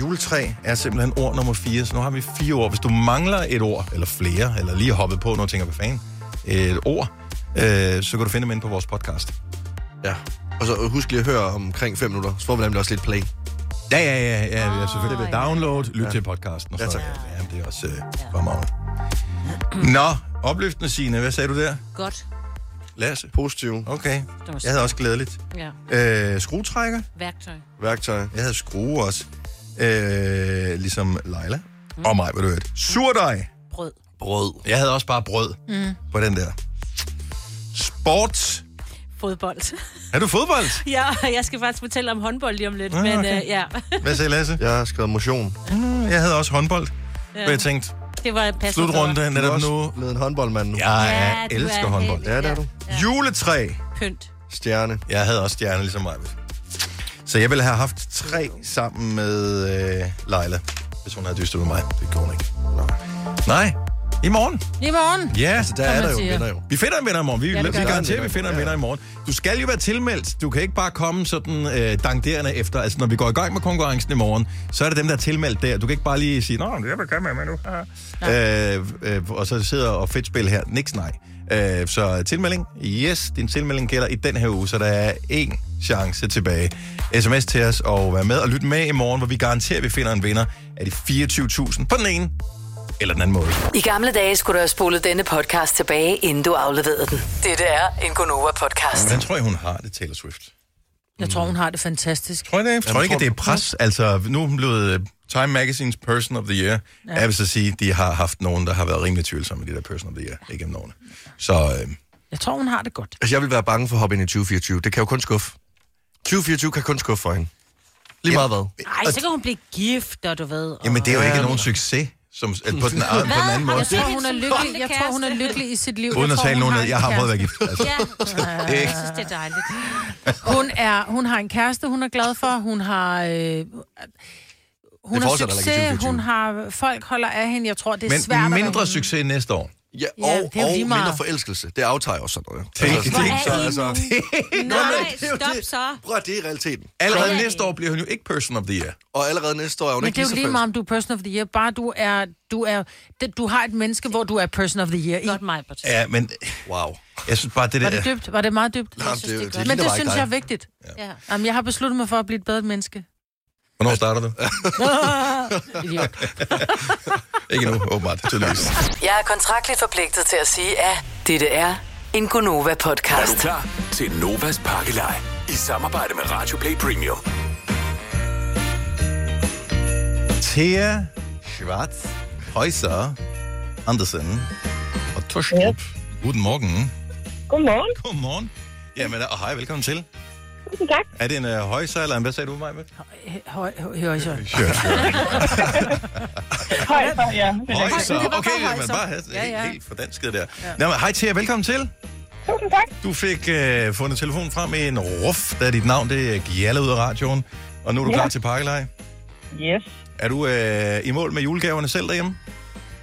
Speaker 1: juletræ er simpelthen ord nummer 4, så nu har vi fire ord. Hvis du mangler et ord, eller flere, eller lige hoppet på, når du tænker, hvad fanden, et ord, øh, så kan du finde dem inde på vores podcast.
Speaker 2: Ja. Og så husk lige at høre omkring 5 minutter, så får vi nemlig også lidt play.
Speaker 1: Ja, ja, ja, ja,
Speaker 4: Ah.
Speaker 1: ja selvfølgelig. Ved download, lyt ja. til podcasten. Og ja, tak. Ja, det er også øh, fremragende. Nå, opløftende Signe, hvad sagde du der?
Speaker 4: Godt.
Speaker 1: Lasse?
Speaker 2: Positiv.
Speaker 1: Okay, jeg havde også glædeligt.
Speaker 4: Ja.
Speaker 1: Øh, skruetrækker?
Speaker 4: Værktøj.
Speaker 1: Værktøj. Jeg havde skrue også. Øh, ligesom Leila. Mm. Og mig, vil du høre det. Surdej.
Speaker 4: Brød.
Speaker 1: Brød. Jeg havde også bare brød
Speaker 4: Mm.
Speaker 1: på den der. Sport.
Speaker 4: Fodbold.
Speaker 1: Er du fodbold?
Speaker 4: ja, og jeg skal faktisk fortælle om håndbold lige om lidt,
Speaker 1: Ah,
Speaker 4: men
Speaker 1: okay.
Speaker 4: øh, ja.
Speaker 1: Hvad sagde Lasse?
Speaker 2: Jeg har skrevet motion.
Speaker 1: Jeg havde også håndbold.
Speaker 4: Ja.
Speaker 1: Ja. Jeg tænkte,
Speaker 4: Det var passende.
Speaker 1: slutrunde
Speaker 4: bedre.
Speaker 1: netop
Speaker 2: også
Speaker 1: nu.
Speaker 2: blevet en håndboldmand nu.
Speaker 1: Jeg
Speaker 4: Ja, du er
Speaker 1: elsker
Speaker 4: helt-
Speaker 1: håndbold.
Speaker 4: Ja, det er du.
Speaker 1: Juletræ.
Speaker 4: Pynt.
Speaker 2: Stjerne.
Speaker 1: Jeg havde også stjerne, ligesom mig. Så jeg ville have haft tre sammen med øh, Leila, hvis hun havde dystet med mig. Det gjorde hun ikke. Nej, i morgen.
Speaker 3: I morgen.
Speaker 1: Ja,
Speaker 3: Altså, der Som er man der jo en siger. vinder jo.
Speaker 1: Vi finder en vinder i morgen. Vi,
Speaker 3: Ja,
Speaker 1: ja,
Speaker 3: det
Speaker 1: vi
Speaker 3: gør vi.
Speaker 1: garanterer, at vi finder en vinder i morgen. Du skal jo være tilmeldt. Du kan ikke bare komme sådan øh, dangderende efter. Altså, når vi går i gang med konkurrencen i morgen, så er det dem, der er tilmeldt der. Du kan ikke bare lige sige, Nå, jeg vil gerne være med nu. Øh, øh, og så sidder og fedt spil her. Niks nej. Øh, så tilmelding, yes, din tilmelding gælder i den her uge, så der er én chance tilbage. SMS til os og vær med og lyt med i morgen, hvor vi garanterer, at vi finder en vinder af de 24.000 på den ene eller den anden måde.
Speaker 9: I gamle dage skulle du have spolet denne podcast tilbage, inden du afleverede den. Dette er en Gonova-podcast.
Speaker 1: Hvordan tror jeg, hun har det, Taylor Swift?
Speaker 3: Jeg tror, hun har det fantastisk.
Speaker 1: Tror jeg det? Jeg tror ikke, at det er pres. Altså, nu er hun blevet øh, Time Magazines Person of the Year.
Speaker 3: Ja.
Speaker 1: Ja. Jeg vil så sige, de har haft nogen, der har været rimelig tvivlsomme i de der Person of the Year igennem årene. Så øh,
Speaker 3: Jeg tror, hun har det godt.
Speaker 2: Altså, jeg vil være bange for at hoppe ind i 2024. Det kan jo kun skuffe. 2024 kan kun skuffe for hende. Lige meget hvad.
Speaker 4: Ej, så kan hun blive gift, og du ved. Og...
Speaker 1: jamen, det er jo ikke nogen succes som, øh, på, den, på den anden
Speaker 4: Hvad?
Speaker 1: måde.
Speaker 3: Jeg tror, hun er lykkelig, jeg tror, hun er lykkelig i sit liv. Jeg
Speaker 1: Uden at
Speaker 3: tror,
Speaker 1: tale
Speaker 3: hun
Speaker 1: nogen ned.
Speaker 3: en
Speaker 1: Jeg har prøvet at være
Speaker 3: kæreste.
Speaker 1: gift. Altså,
Speaker 3: Ja.
Speaker 1: det er ikke-
Speaker 4: Jeg synes, det er dejligt.
Speaker 3: Hun, er, hun har en kæreste, hun er glad for. Hun har... Øh, hun har
Speaker 1: fortsætter heller ikke i
Speaker 3: succes,
Speaker 1: 2024.
Speaker 3: hun har... Folk holder af hende. Jeg tror, det er
Speaker 1: Men
Speaker 3: svært at
Speaker 1: mindre
Speaker 3: være
Speaker 1: succes næste år.
Speaker 2: Ja,
Speaker 3: Ja,
Speaker 2: og,
Speaker 3: det er jo
Speaker 2: og
Speaker 3: lige meget.
Speaker 2: mindre forelskelse. Det aftager også sådan noget.
Speaker 1: Det er ikke- det er ikke
Speaker 2: så,
Speaker 1: så-
Speaker 2: altså.
Speaker 4: Nej, stop så.
Speaker 2: Prøv at det er realiteten.
Speaker 1: Allerede næste år bliver hun jo ikke Person of the Year.
Speaker 2: Og allerede næste år er hun
Speaker 3: Men
Speaker 2: ikke
Speaker 3: det er jo
Speaker 2: lige
Speaker 3: lige
Speaker 2: så
Speaker 3: meget, om du er person of the year. Bare du er... Du, er, det, du har et menneske, hvor du er person of the year. Not
Speaker 4: mig,
Speaker 1: Ja, men...
Speaker 2: Wow.
Speaker 1: Jeg synes bare, det
Speaker 3: Var
Speaker 1: der...
Speaker 3: det dybt? Var det meget dybt?
Speaker 1: Nej, Jeg synes, det- det er det godt.
Speaker 3: Men
Speaker 1: ligner
Speaker 3: det
Speaker 1: bare ikke
Speaker 3: synes
Speaker 1: dig.
Speaker 3: jeg er vigtigt. Ja. Jamen, jeg har besluttet mig for at blive et bedre menneske.
Speaker 1: Hvornår starter du?
Speaker 3: Idiot.
Speaker 1: ikke nu, åbenbart. Tydeligvis.
Speaker 9: Jeg er kontraktligt forpligtet til at sige, at dette er en
Speaker 5: Er du
Speaker 9: Gonova-podcast.
Speaker 5: klar til Novas pakkelej? I samarbejde med Radio Play Premium.
Speaker 1: Thea Schwarz, Højser, Andersen og Torstrup. Guten Morgen.
Speaker 18: Godmorgen.
Speaker 1: Godmorgen. Jamen, og hej, velkommen til.
Speaker 18: Tusind tak.
Speaker 1: Er det en uh, højser, eller en, hvad sagde du, Maja?
Speaker 3: Høj, høj, høj, høj.
Speaker 18: Høj, ja. det er rigtigt.
Speaker 1: Højser. Okay, men bare have
Speaker 18: Ja, ja.
Speaker 1: helt, helt fordansket der. Nå, men, hej Thea, velkommen til.
Speaker 18: Tusind tak.
Speaker 1: Du fik uh, fundet telefonen frem med en ruf, da dit navn det er gjaldet ud af radioen. Og nu er du
Speaker 18: Ja.
Speaker 1: klar til pakkelej.
Speaker 18: Yes.
Speaker 1: Er du øh, i mål med julegaverne selv derhjemme?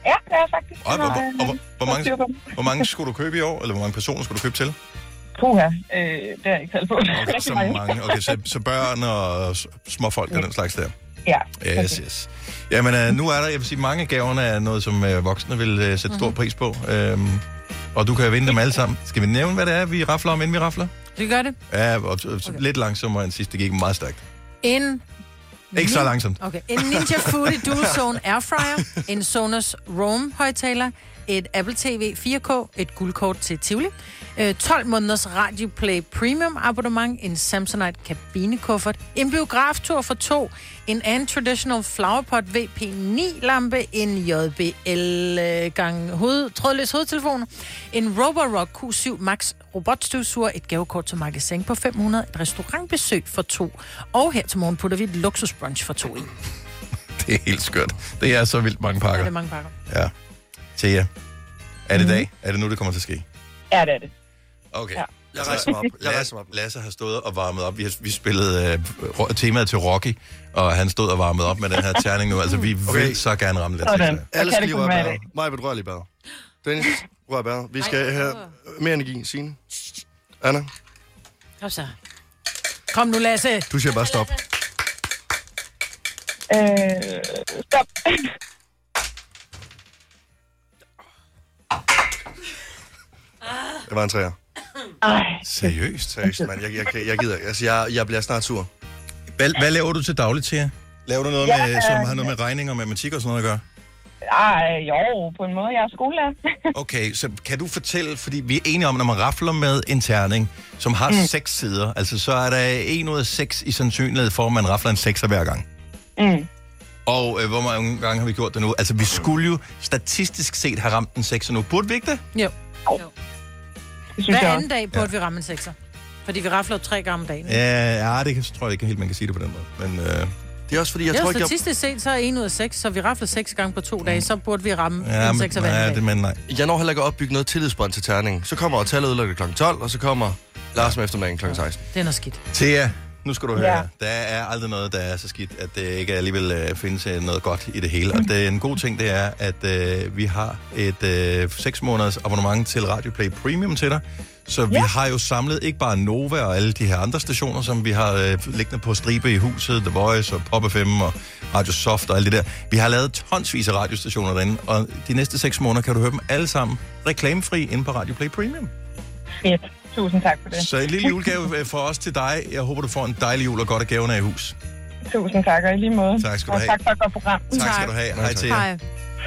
Speaker 18: Ja, det er jeg faktisk.
Speaker 1: Og, hvor,
Speaker 18: Jeg har,
Speaker 1: hvor, hvor, hvor,
Speaker 18: øh, styr på
Speaker 1: mange,
Speaker 18: dem.
Speaker 1: hvor mange skulle du købe i år, eller hvor mange personer skulle du købe til?
Speaker 18: Puha, øh, det er jeg ikke selv på.
Speaker 1: Okay, så
Speaker 18: Rigtig mange.
Speaker 1: mange. Okay, så, så børn og s- småfolk og den slags der.
Speaker 18: Ja.
Speaker 1: Yes, yes. Jamen, øh, nu er der, jeg vil sige, mange af gaverne er noget, som øh, voksne vil øh, sætte
Speaker 18: Mhm.
Speaker 1: stor pris på. Øhm, og du kan jo vinde dem alle sammen. Skal vi nævne, hvad det er, vi rafler om, inden vi rafler?
Speaker 3: Det gør det.
Speaker 1: Ja, og, og, okay. lidt langsommere end sidst. Det gik meget stærkt.
Speaker 3: En...
Speaker 1: Ikke så langsomt.
Speaker 3: Okay. En Ninja Foodie Dual Zone Airfryer, en Sonos Roam højtaler, et Apple TV 4K, et guldkort til Tivoli, øh, 12 måneders Radio Play Premium abonnement, en Samsonite kabinekuffert, en biograftur for to, en An Traditional Flowerpot VP9 lampe, en JBL øh, gang hoved, trådløs hovedtelefon, en Roborock Q7 Max robotstøvsuger, et gavekort til magasin på 500, et restaurantbesøg for to, og her til morgen putter vi et luksusbrunch for to i.
Speaker 1: Det er helt skørt. Det er så vildt mange
Speaker 3: Er
Speaker 1: pakker.
Speaker 3: det mange pakker?
Speaker 1: Ja. Thea, er det dag? Er det nu, det kommer til at ske?
Speaker 18: Mhm. Ja, det er det.
Speaker 1: Okay.
Speaker 18: Ja.
Speaker 2: Jeg rejser mig op. Jeg rejser
Speaker 1: Lasse,
Speaker 2: mig op.
Speaker 1: Lasse har stået og varmet op. Vi, har, vi spillede øh, ro- temaet til Rocky, og han stod og varmede op med den her terning nu. Altså, vi okay.
Speaker 2: Okay.
Speaker 1: vil så gerne ramme lidt.
Speaker 18: Sådan. Så
Speaker 2: Alle
Speaker 18: kan
Speaker 2: skal
Speaker 18: det
Speaker 2: lige
Speaker 18: kun
Speaker 2: røre
Speaker 18: være
Speaker 2: bedre.
Speaker 18: i dag.
Speaker 2: Maja, rør lige bedre. Dennis, rør bedre. Vi skal have mere energi. Signe. Anna,
Speaker 4: Kom så.
Speaker 3: Kom nu, Lasse.
Speaker 2: du siger bare stop.
Speaker 18: Øh, stop.
Speaker 2: Det var en træer.
Speaker 18: Ej,
Speaker 1: Seriøst?
Speaker 2: Seriøst, mand. Jeg, jeg, jeg, jeg gider. ikke. Altså, jeg, jeg bliver snart sur.
Speaker 1: Hvad, hvad laver du til dagligt, Thea? Laver du noget,
Speaker 18: Ja,
Speaker 1: med, som
Speaker 18: øh,
Speaker 1: har noget med regning og matematik og sådan noget at gøre?
Speaker 18: ej, jo, på en måde. Jeg er skolelærer.
Speaker 1: Okay, så kan du fortælle, fordi vi er enige om, når man rafler med en terning, som har mm. seks sider, altså så er der en ud af seks i sandsynlighed for, at man rafler en sekser hver gang.
Speaker 18: Mm.
Speaker 1: Og øh, hvor mange gange har vi gjort det nu? Altså, vi skulle jo statistisk set have ramt en sekser nu. Burde vi ikke det?
Speaker 3: Jo.
Speaker 18: Det
Speaker 1: synes jeg
Speaker 3: Hver
Speaker 1: også.
Speaker 3: anden dag burde vi ramme en sekser. Fordi vi rafler jo tre gange om dagen.
Speaker 1: Ja, ja det kan, tror jeg ikke helt, man kan sige det på den måde. Men, øh,
Speaker 2: det er også fordi,
Speaker 3: Jeg det er jo statistisk set, så er en ud af seks, så vi rafler seks gange på to dage, så burde vi ramme
Speaker 2: Ja,
Speaker 3: en
Speaker 2: men-
Speaker 3: sekser hver
Speaker 2: nej,
Speaker 3: anden dag.
Speaker 1: men nej.
Speaker 2: Jeg når heller ikke at opbygge noget tillidsbånd til terningen. Så kommer Otala udlukket kl. 12, og så kommer Lars med eftermiddagen kl. 16.
Speaker 3: Det er noget skidt.
Speaker 1: Thea, Nu skal du høre. Ja. Der er aldrig noget, der er så skidt, at det ikke alligevel øh, findes øh, noget godt i det hele. Og det, er en god ting, det er, at øh, vi har et øh, 6 måneders abonnement til Radio Play Premium til dig. Så vi ja. har jo samlet ikke bare Nova og alle de her andre stationer, som vi har øh, liggende på stribe i huset, The Voice og Pop FM og Radio Soft og alt det der. Vi har lavet tonsvis af radiostationer derinde, og de næste 6 måneder kan du høre dem alle sammen reklamefri inde på Radio Play Premium.
Speaker 18: Fedt. Tusind tak for det.
Speaker 1: Så en lille julegave øh, fra os til dig. Jeg håber, du får en dejlig jul og godt af gaven af i hus.
Speaker 18: Tusind tak, og i lige måde.
Speaker 1: Tak skal du
Speaker 18: og
Speaker 1: have.
Speaker 18: tak for et godt program.
Speaker 1: Tak skal du have. Hej til jer.
Speaker 3: Hej.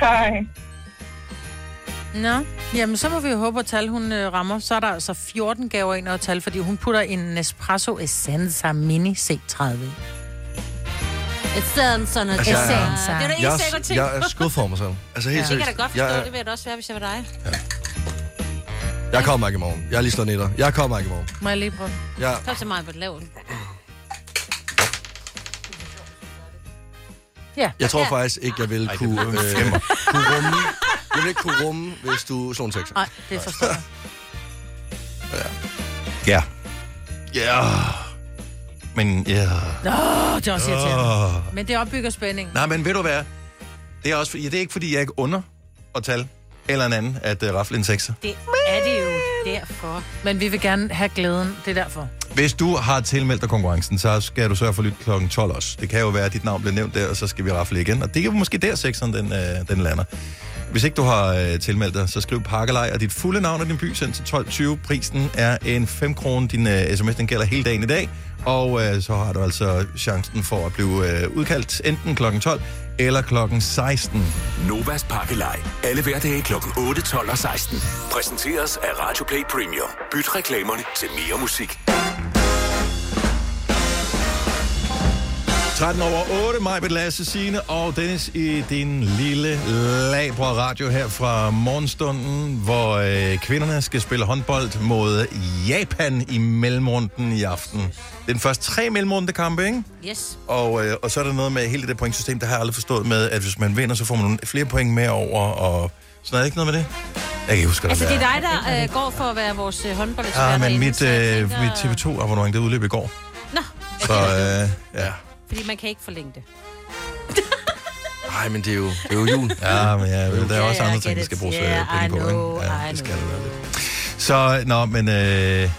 Speaker 18: Hej.
Speaker 3: Nå, jamen så må vi jo håbe, at tal hun øh, rammer. Så er der altså 14 gaver ind og tal, fordi hun putter en Nespresso Essenza Mini C30.
Speaker 4: Essenza.
Speaker 3: Altså, jeg-
Speaker 4: Det er da
Speaker 2: jeg,
Speaker 4: ikke sikkert
Speaker 2: er-
Speaker 4: ting.
Speaker 2: jeg er skudt for mig selv. Altså helt
Speaker 4: Ja. Det
Speaker 2: seriøst.
Speaker 4: kan jeg da godt forstå,
Speaker 2: jeg,
Speaker 4: jeg... det
Speaker 2: er-
Speaker 4: vil jeg da også være, hvis jeg var dig.
Speaker 2: jeg kommer ikke i morgen. Jeg har lige slået netter. Jeg kommer ikke i morgen.
Speaker 3: Må jeg lige prøve?
Speaker 2: Ja.
Speaker 4: Kom til mig på et lavt.
Speaker 3: Ja.
Speaker 2: Jeg tror faktisk ikke, jeg ville kunne, øh, kunne rumme. Jeg ville ikke kunne rumme, hvis du slog en sekser.
Speaker 3: Nej, det forstår jeg.
Speaker 1: Ja. Ja. Men ja.
Speaker 3: Nå, det er også irriterende.
Speaker 1: Åh.
Speaker 3: Men det opbygger spænding.
Speaker 1: Nej, men ved du hvad? Det er, også, ja, det er ikke, fordi jeg ikke under at tal eller en anden, at uh, rafle en sekser.
Speaker 3: Det er det jo derfor. Men vi vil gerne have glæden, det er derfor.
Speaker 1: Hvis du har tilmeldt dig konkurrencen, så skal du sørge for at lytte kl. 12 også. Det kan jo være, at dit navn bliver nævnt der, og så skal vi rafle igen. Og det er jo måske der, sekseren den, øh, den lander. Hvis ikke du har øh, tilmeldt dig, så skriv pakkelej og dit fulde navn og din by sendt til 12.20. Prisen er en 5 kroner. Din øh, sms den gælder hele dagen i dag. Og øh, så har du altså chancen for at blive øh, udkaldt enten kl. 12 eller kl. 16.
Speaker 16: Novas Pakkelej. Alle hverdage kl. 8, 12 og 16. Præsenteres af Radio Play Premium. Byt reklamerne til mere musik.
Speaker 1: 13 over 8, mig, Lasse, Signe og Dennis i din lille labre radio her fra morgenstunden, hvor øh, kvinderne skal spille håndbold mod Japan i mellemrunden i aften. Det er den første tre mellemrundekampe, ikke?
Speaker 4: Yes.
Speaker 1: Og, øh, og så er der noget med hele det der pointsystem, der har jeg aldrig forstået med, at hvis man vinder, så får man nogle flere point med over, og sådan er det ikke noget med det? Jeg kan ikke huske, hvad
Speaker 4: Altså, det er
Speaker 1: er.
Speaker 4: dig, der øh, går for at være vores øh, håndboldekspert.
Speaker 1: Ah, men
Speaker 4: herinde,
Speaker 1: mit,
Speaker 4: så jeg
Speaker 1: øh,
Speaker 4: tænker-
Speaker 1: mit TV2-abonnement, det udløb i går.
Speaker 4: Nå,
Speaker 1: Så øh, ja.
Speaker 4: fordi man kan ikke forlænge det.
Speaker 2: Nej, men det er jo, det er jo jul.
Speaker 1: Ja, men ja, vel, der er
Speaker 4: Ja,
Speaker 1: også
Speaker 4: ja,
Speaker 1: andre
Speaker 4: I
Speaker 1: ting,
Speaker 4: get
Speaker 1: der
Speaker 4: it.
Speaker 1: skal bruges øh,
Speaker 4: Yeah,
Speaker 1: penge
Speaker 4: I
Speaker 1: på, ikke?
Speaker 4: know,
Speaker 1: Ja,
Speaker 4: I
Speaker 1: det skal der være lidt. Så, nå, men øh, ja,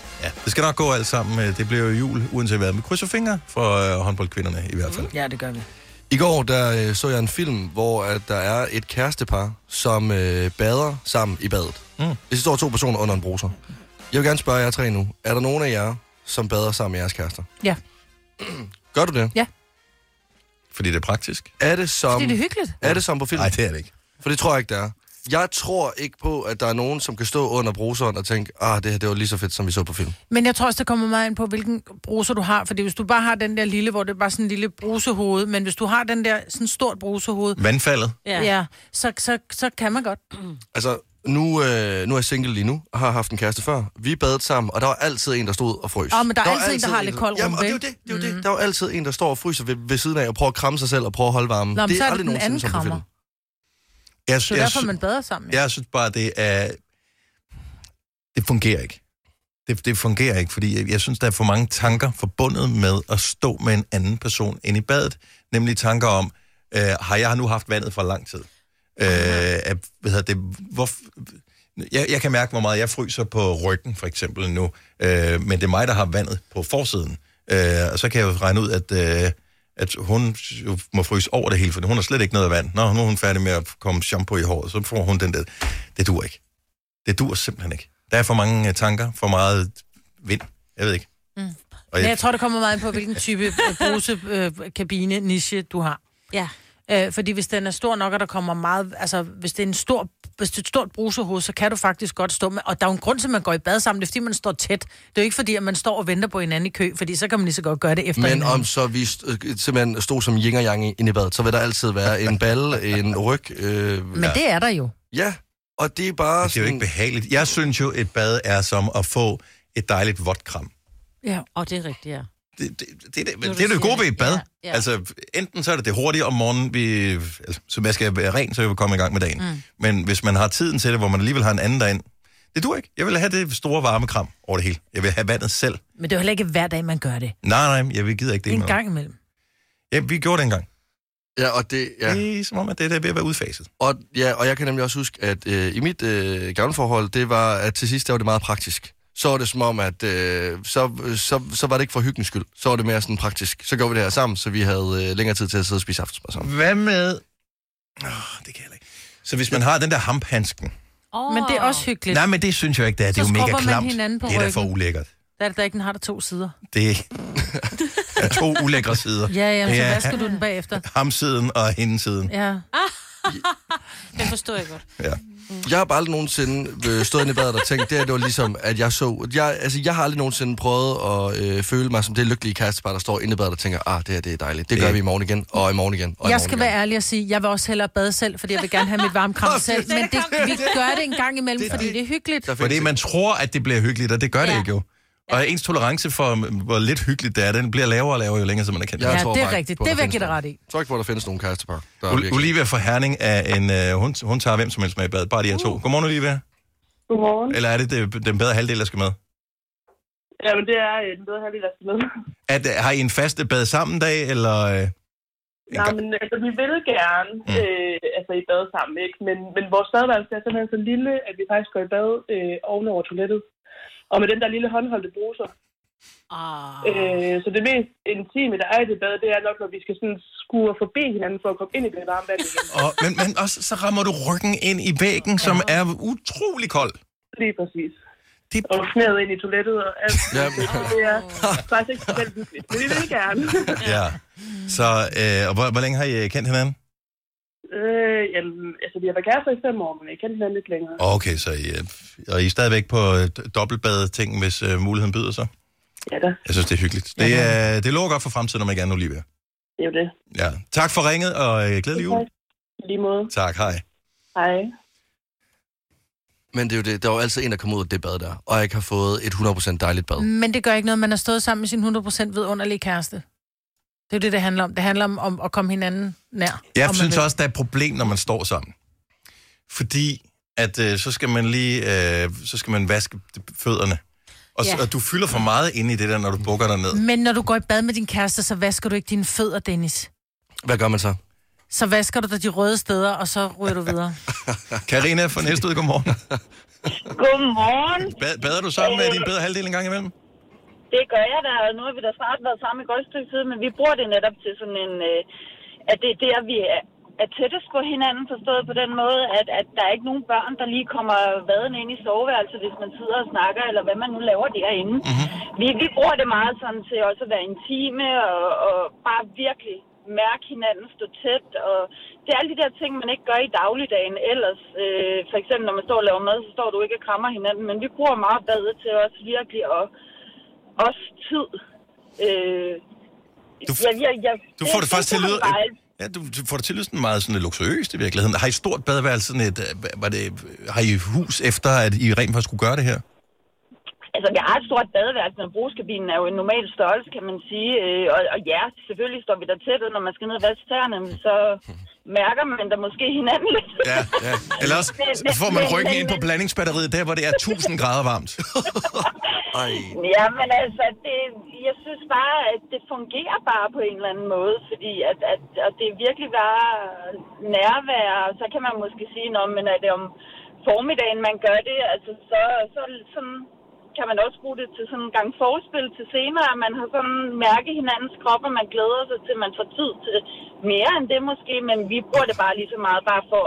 Speaker 1: det skal nok gå alt sammen. Øh, Det bliver jo jul, uanset hvad. Men krydser fingre for øh, håndboldkvinderne i hvert fald.
Speaker 3: Ja, det gør vi.
Speaker 2: I går der øh, så jeg en film, hvor at der er et kærestepar, som øh, bader sammen i badet.
Speaker 1: Mm.
Speaker 2: Det står to personer under en bruser. Jeg vil gerne spørge jer tre nu. Er der nogen af jer, som bader sammen med jeres kærester?
Speaker 3: Ja.
Speaker 2: Gør du det?
Speaker 3: Ja.
Speaker 4: Mm.
Speaker 1: Fordi det er praktisk.
Speaker 2: Er det som...
Speaker 3: Fordi det er hyggeligt.
Speaker 2: Er det som på film?
Speaker 1: Nej, det er det ikke.
Speaker 2: For det tror jeg ikke, det er. Jeg tror ikke på, at der er nogen, som kan stå under bruseren og tænke, ah, det her det var lige så fedt, som vi så på film.
Speaker 3: Men jeg tror også, det kommer meget ind på, hvilken bruser du har. Fordi hvis du bare har den der lille, hvor det er bare sådan en lille brusehoved, men hvis du har den der sådan stort brusehoved,
Speaker 1: Vandfaldet.
Speaker 3: ja. ja så, så, så kan man godt.
Speaker 2: Altså, nu, øh, nu er jeg single lige nu, og har haft en kæreste før. Vi badede sammen, og der var altid en, der stod og frøs.
Speaker 3: Åh, men der er
Speaker 2: var
Speaker 3: altid en, der har lidt kold Mm.
Speaker 2: Jamen, og det er jo
Speaker 3: rumpe,
Speaker 2: det, det, er jo det. Der er jo altid en, der står og fryser ved, ved siden af og prøver at kramme sig selv og prøver at holde varmen.
Speaker 3: Nå, men
Speaker 2: det
Speaker 3: så er det
Speaker 2: aldrig
Speaker 3: den
Speaker 2: nogensinde
Speaker 3: anden
Speaker 2: som på film.
Speaker 3: krammer.
Speaker 1: Jeg,
Speaker 3: Det er jo
Speaker 1: jeg,
Speaker 3: derfor, man bader sammen.
Speaker 1: jeg synes bare, det er... Det fungerer ikke. Det, det fungerer ikke, fordi jeg, jeg synes, der er for mange tanker forbundet med at stå med en anden person inde i badet. Nemlig tanker om, øh, har jeg nu haft vandet for lang tid? Øh, er, hvad hedder det, hvor, jeg, jeg kan mærke, hvor meget jeg fryser på ryggen, for eksempel nu. Øh, men det er mig, der har vandet på forsiden. Øh, og så kan jeg jo regne ud, at, øh, at hun jo må fryse over det hele, for hun har slet ikke noget af vand. Nå, nu er hun færdig med at komme shampoo i håret, så får hun den der. Det dur ikke. Det dur simpelthen ikke. Der er for mange øh, tanker, for meget vind. Jeg ved ikke.
Speaker 3: Mm.
Speaker 1: Og
Speaker 3: Men jeg tror, det kommer meget ind på, hvilken type øh, bruse, øh, kabine, niche du har.
Speaker 4: Ja.
Speaker 3: Øh, fordi hvis den er stor nok, og der kommer meget... Altså, hvis det er, en stor, hvis det er et stort brusehoved, så kan du faktisk godt stå med... Og der er jo en grund til, at man går i bad sammen. Det er, fordi man står tæt. Det er jo ikke, fordi at man står og venter på hinanden i kø, fordi så kan man lige så godt gøre det efter
Speaker 2: Men
Speaker 3: hinanden.
Speaker 2: om så vi st- øh, simpelthen stod som yin og yang i- inde i badet, så vil der altid være en balle, en ryg. Øh,
Speaker 3: Men det er der jo.
Speaker 2: Ja, og det er bare...
Speaker 1: Det er jo ikke behageligt. Jeg synes jo, et bad er som at få et dejligt vodkram.
Speaker 3: Ja.
Speaker 4: Og det er rigtigt, ja.
Speaker 1: det, det, det, det,
Speaker 4: Når du
Speaker 1: det, det er det
Speaker 4: siger
Speaker 1: gode ved
Speaker 4: det.
Speaker 1: et bad.
Speaker 4: Ja,
Speaker 1: Ja,
Speaker 4: ja.
Speaker 1: ja. Altså, enten så er det det hurtige om morgenen, vi, altså, så man skal være ren, så jeg vil komme i gang med dagen.
Speaker 4: Mm.
Speaker 1: Mm. Men hvis man har tiden til det, hvor man alligevel har en anden derind, Det dur ikke. Jeg vil have det store varme kram over det hele. Jeg vil have vandet selv.
Speaker 3: Men det er jo heller ikke hver dag, man gør det.
Speaker 1: Nej, nej, jeg vil gider ikke
Speaker 3: Det
Speaker 1: det.
Speaker 3: er en
Speaker 1: med nogen.
Speaker 3: gang imellem.
Speaker 1: Ja, vi gjorde det engang.
Speaker 2: Ja, og det... Ja.
Speaker 1: Det er som om, at det er ved at være udfaset.
Speaker 2: Og, ja, og jeg kan nemlig også huske, at øh, i mit øh, gamle forhold, det var, at til sidst, der var det meget praktisk. Så var det som om, at øh, så, så, så var det ikke for hyggens skyld. Så var det mere sådan praktisk. Så gjorde vi det her sammen, så vi havde øh, længere tid til at sidde og spise aftensmad sammen.
Speaker 1: Hvad med... Oh, det kan jeg heller ikke. Så hvis man har den der hamphandsken...
Speaker 3: Oh. Men det er også hyggeligt.
Speaker 1: Nej, men det synes jeg ikke, det er. Det er
Speaker 3: Så
Speaker 1: jo mega
Speaker 3: skrubber man
Speaker 1: klamt.
Speaker 3: hinanden på
Speaker 1: det er da
Speaker 3: ryggen.
Speaker 1: for ulækkert.
Speaker 3: Der er det da ikke, den har der to sider.
Speaker 1: Det er to ulækre sider.
Speaker 3: Ja, ja, men så
Speaker 1: ja,
Speaker 3: vasker du den bagefter.
Speaker 1: Hamsiden og hindesiden.
Speaker 3: Ja. Den forstår jeg godt.
Speaker 1: Ja.
Speaker 2: Jeg har bare aldrig nogensinde øh, stået inde i badet og tænkt, det her, det var ligesom, at jeg så... Jeg, altså, jeg har aldrig nogensinde prøvet at øh, føle mig som det lykkelige kærestepar, der står inde i badet og tænker, ah, det her, det er dejligt. Det gør vi i morgen igen, og i morgen igen, og i
Speaker 3: Jeg
Speaker 2: morgen
Speaker 3: skal være ærlig og sige, jeg vil også hellere bade selv, fordi jeg vil gerne have mit varme kram selv. Men det, vi gør det en gang imellem, fordi det er hyggeligt.
Speaker 1: Fordi man tror, at det bliver hyggeligt, og det gør det
Speaker 3: Ja.
Speaker 1: ikke jo. Og ens tolerance for, hvor lidt hyggeligt det er, den bliver lavere og lavere, jo længere som man er kendt.
Speaker 3: Ja, det er rigtigt. Det vil jeg give dig ret i.
Speaker 2: Jeg tror ikke, hvor der findes nogen kærestepar. Der er
Speaker 1: Ol-
Speaker 2: virkelig-
Speaker 1: Olivia fra Herning er en... Øh, hun, hun tager hvem som helst med i badet, bare de her
Speaker 3: Uh.
Speaker 1: to. Godmorgen, Olivia.
Speaker 18: Godmorgen.
Speaker 1: Eller er det, det den bedre halvdel, der skal med?
Speaker 18: Jamen, det er øh, den bedre halvdel, der skal med.
Speaker 1: At, øh, har I en faste bad sammen dag, eller... Øh,
Speaker 18: Nej, men altså, vi vil gerne
Speaker 1: Mm.
Speaker 18: øh, altså, i bad sammen, ikke? Men, men vores badeværelse er simpelthen så lille, at vi faktisk går i bad øh, ovenover toilettet. Og med den der lille håndholdte bruser.
Speaker 3: Ah.
Speaker 18: Øh, så det mest intime, der er i det bad, det er nok, når vi skal sådan skure forbi hinanden for at komme ind i det varme vand igen.
Speaker 1: og, men, men også, så rammer du ryggen ind i væggen, som er utrolig kold.
Speaker 18: Lige præcis.
Speaker 1: Det...
Speaker 18: Og knæet ind i toilettet og alt.
Speaker 1: Ja.
Speaker 18: Så det er faktisk ikke så veldig hyggeligt. Men vi vil gerne.
Speaker 1: Ja. Så, øh, og hvor, hvor længe har I øh, kendt hinanden?
Speaker 18: øh, jamen, altså, vi har været kærester i fem år, men jeg kendte hinanden lidt længere.
Speaker 1: Okay, så I, øh, og I er stadigvæk på øh, dobbeltbadetingen, hvis øh, muligheden byder sig?
Speaker 18: Ja da.
Speaker 1: Jeg synes, det er hyggeligt. Det, er, det lover godt for fremtiden, når man gerne Olivia.
Speaker 18: Det er jo det.
Speaker 1: Ja. Tak for ringet, og øh, glædelig jul.
Speaker 18: I Lige måde.
Speaker 1: Tak, hej.
Speaker 18: Hej.
Speaker 2: Men det er jo det, der er jo altid en, der kommer ud af det bad der, og ikke har fået et 100% dejligt bad.
Speaker 3: Men det gør ikke noget, man har stået sammen med sin 100% vidunderlige kæreste. Det er jo det, det handler om. Det handler om, om at komme hinanden nær.
Speaker 1: Jeg
Speaker 3: om man
Speaker 1: synes
Speaker 3: vil.
Speaker 1: også, der er et problem, når man står sammen. Fordi at øh, så skal man lige øh, så skal man vaske fødderne. Og, ja. Mm.
Speaker 3: Ja.
Speaker 1: og du fylder for meget ind i det der, når du bukker dig ned.
Speaker 3: Men når du går i bad med din kæreste, så vasker du ikke dine fødder, Dennis.
Speaker 2: Hvad gør man så?
Speaker 3: Så vasker du dig de røde steder, og så ryger du videre.
Speaker 1: Karina fra næste ud, godmorgen.
Speaker 19: Godmorgen.
Speaker 1: Bad, bader du sammen med din bedre halvdel en gang imellem?
Speaker 19: Det gør jeg da, og nu har vi da snart været sammen et godt stykke tid, men vi bruger det netop til sådan en, øh, at det er der, vi er, er tættest på hinanden, forstået på den måde, at, at der er ikke nogen børn, der lige kommer vaden ind i soveværelset, hvis man sidder og snakker, eller hvad man nu laver derinde.
Speaker 1: Mhm.
Speaker 19: Mm-hmm. Vi, vi bruger det meget sådan til også at være intime, og, og bare virkelig mærke hinanden, stå tæt, og det er alle de der ting, man ikke gør i dagligdagen ellers. Øh, for eksempel, når man står og laver mad, så står du ikke og krammer hinanden, men vi bruger meget badet til også virkelig at også tid. Øh,
Speaker 1: Du,
Speaker 19: jeg, jeg, jeg,
Speaker 1: Du får det faktisk til at
Speaker 19: kan
Speaker 1: lyde...
Speaker 19: man bare alt-
Speaker 1: Ja, du du får det til at lyde sådan meget sådan lidt luksuriøst i virkeligheden. Har I et stort badeværelse? Sådan et, øh, var det, har I hus efter, at I rent faktisk skulle gøre det her?
Speaker 19: Altså, jeg har et stort badeværelse, men brugskabinen er jo en normal størrelse, kan man sige. Øh, og, og ja, selvfølgelig står vi der tæt, ved, når man skal ned og vaske tæerne, men så mærker man da måske hinanden lidt.
Speaker 1: Ja, ja. Eller også så får man ryggen ind på blandingsbatteriet, der hvor det er 1000 grader varmt. Ej.
Speaker 19: Ja, men altså, det, jeg synes bare, at det fungerer bare på en eller anden måde, fordi at, at, at det er virkelig bare nærvær, og så kan man måske sige, Nå, men er det om formiddagen, man gør det, altså så, så sådan, kan man også bruge det til sådan en gang forspil til senere, at man har sådan mærke hinandens krop, og man glæder sig til, at man får tid til mere end det måske, men vi bruger det bare lige så meget bare for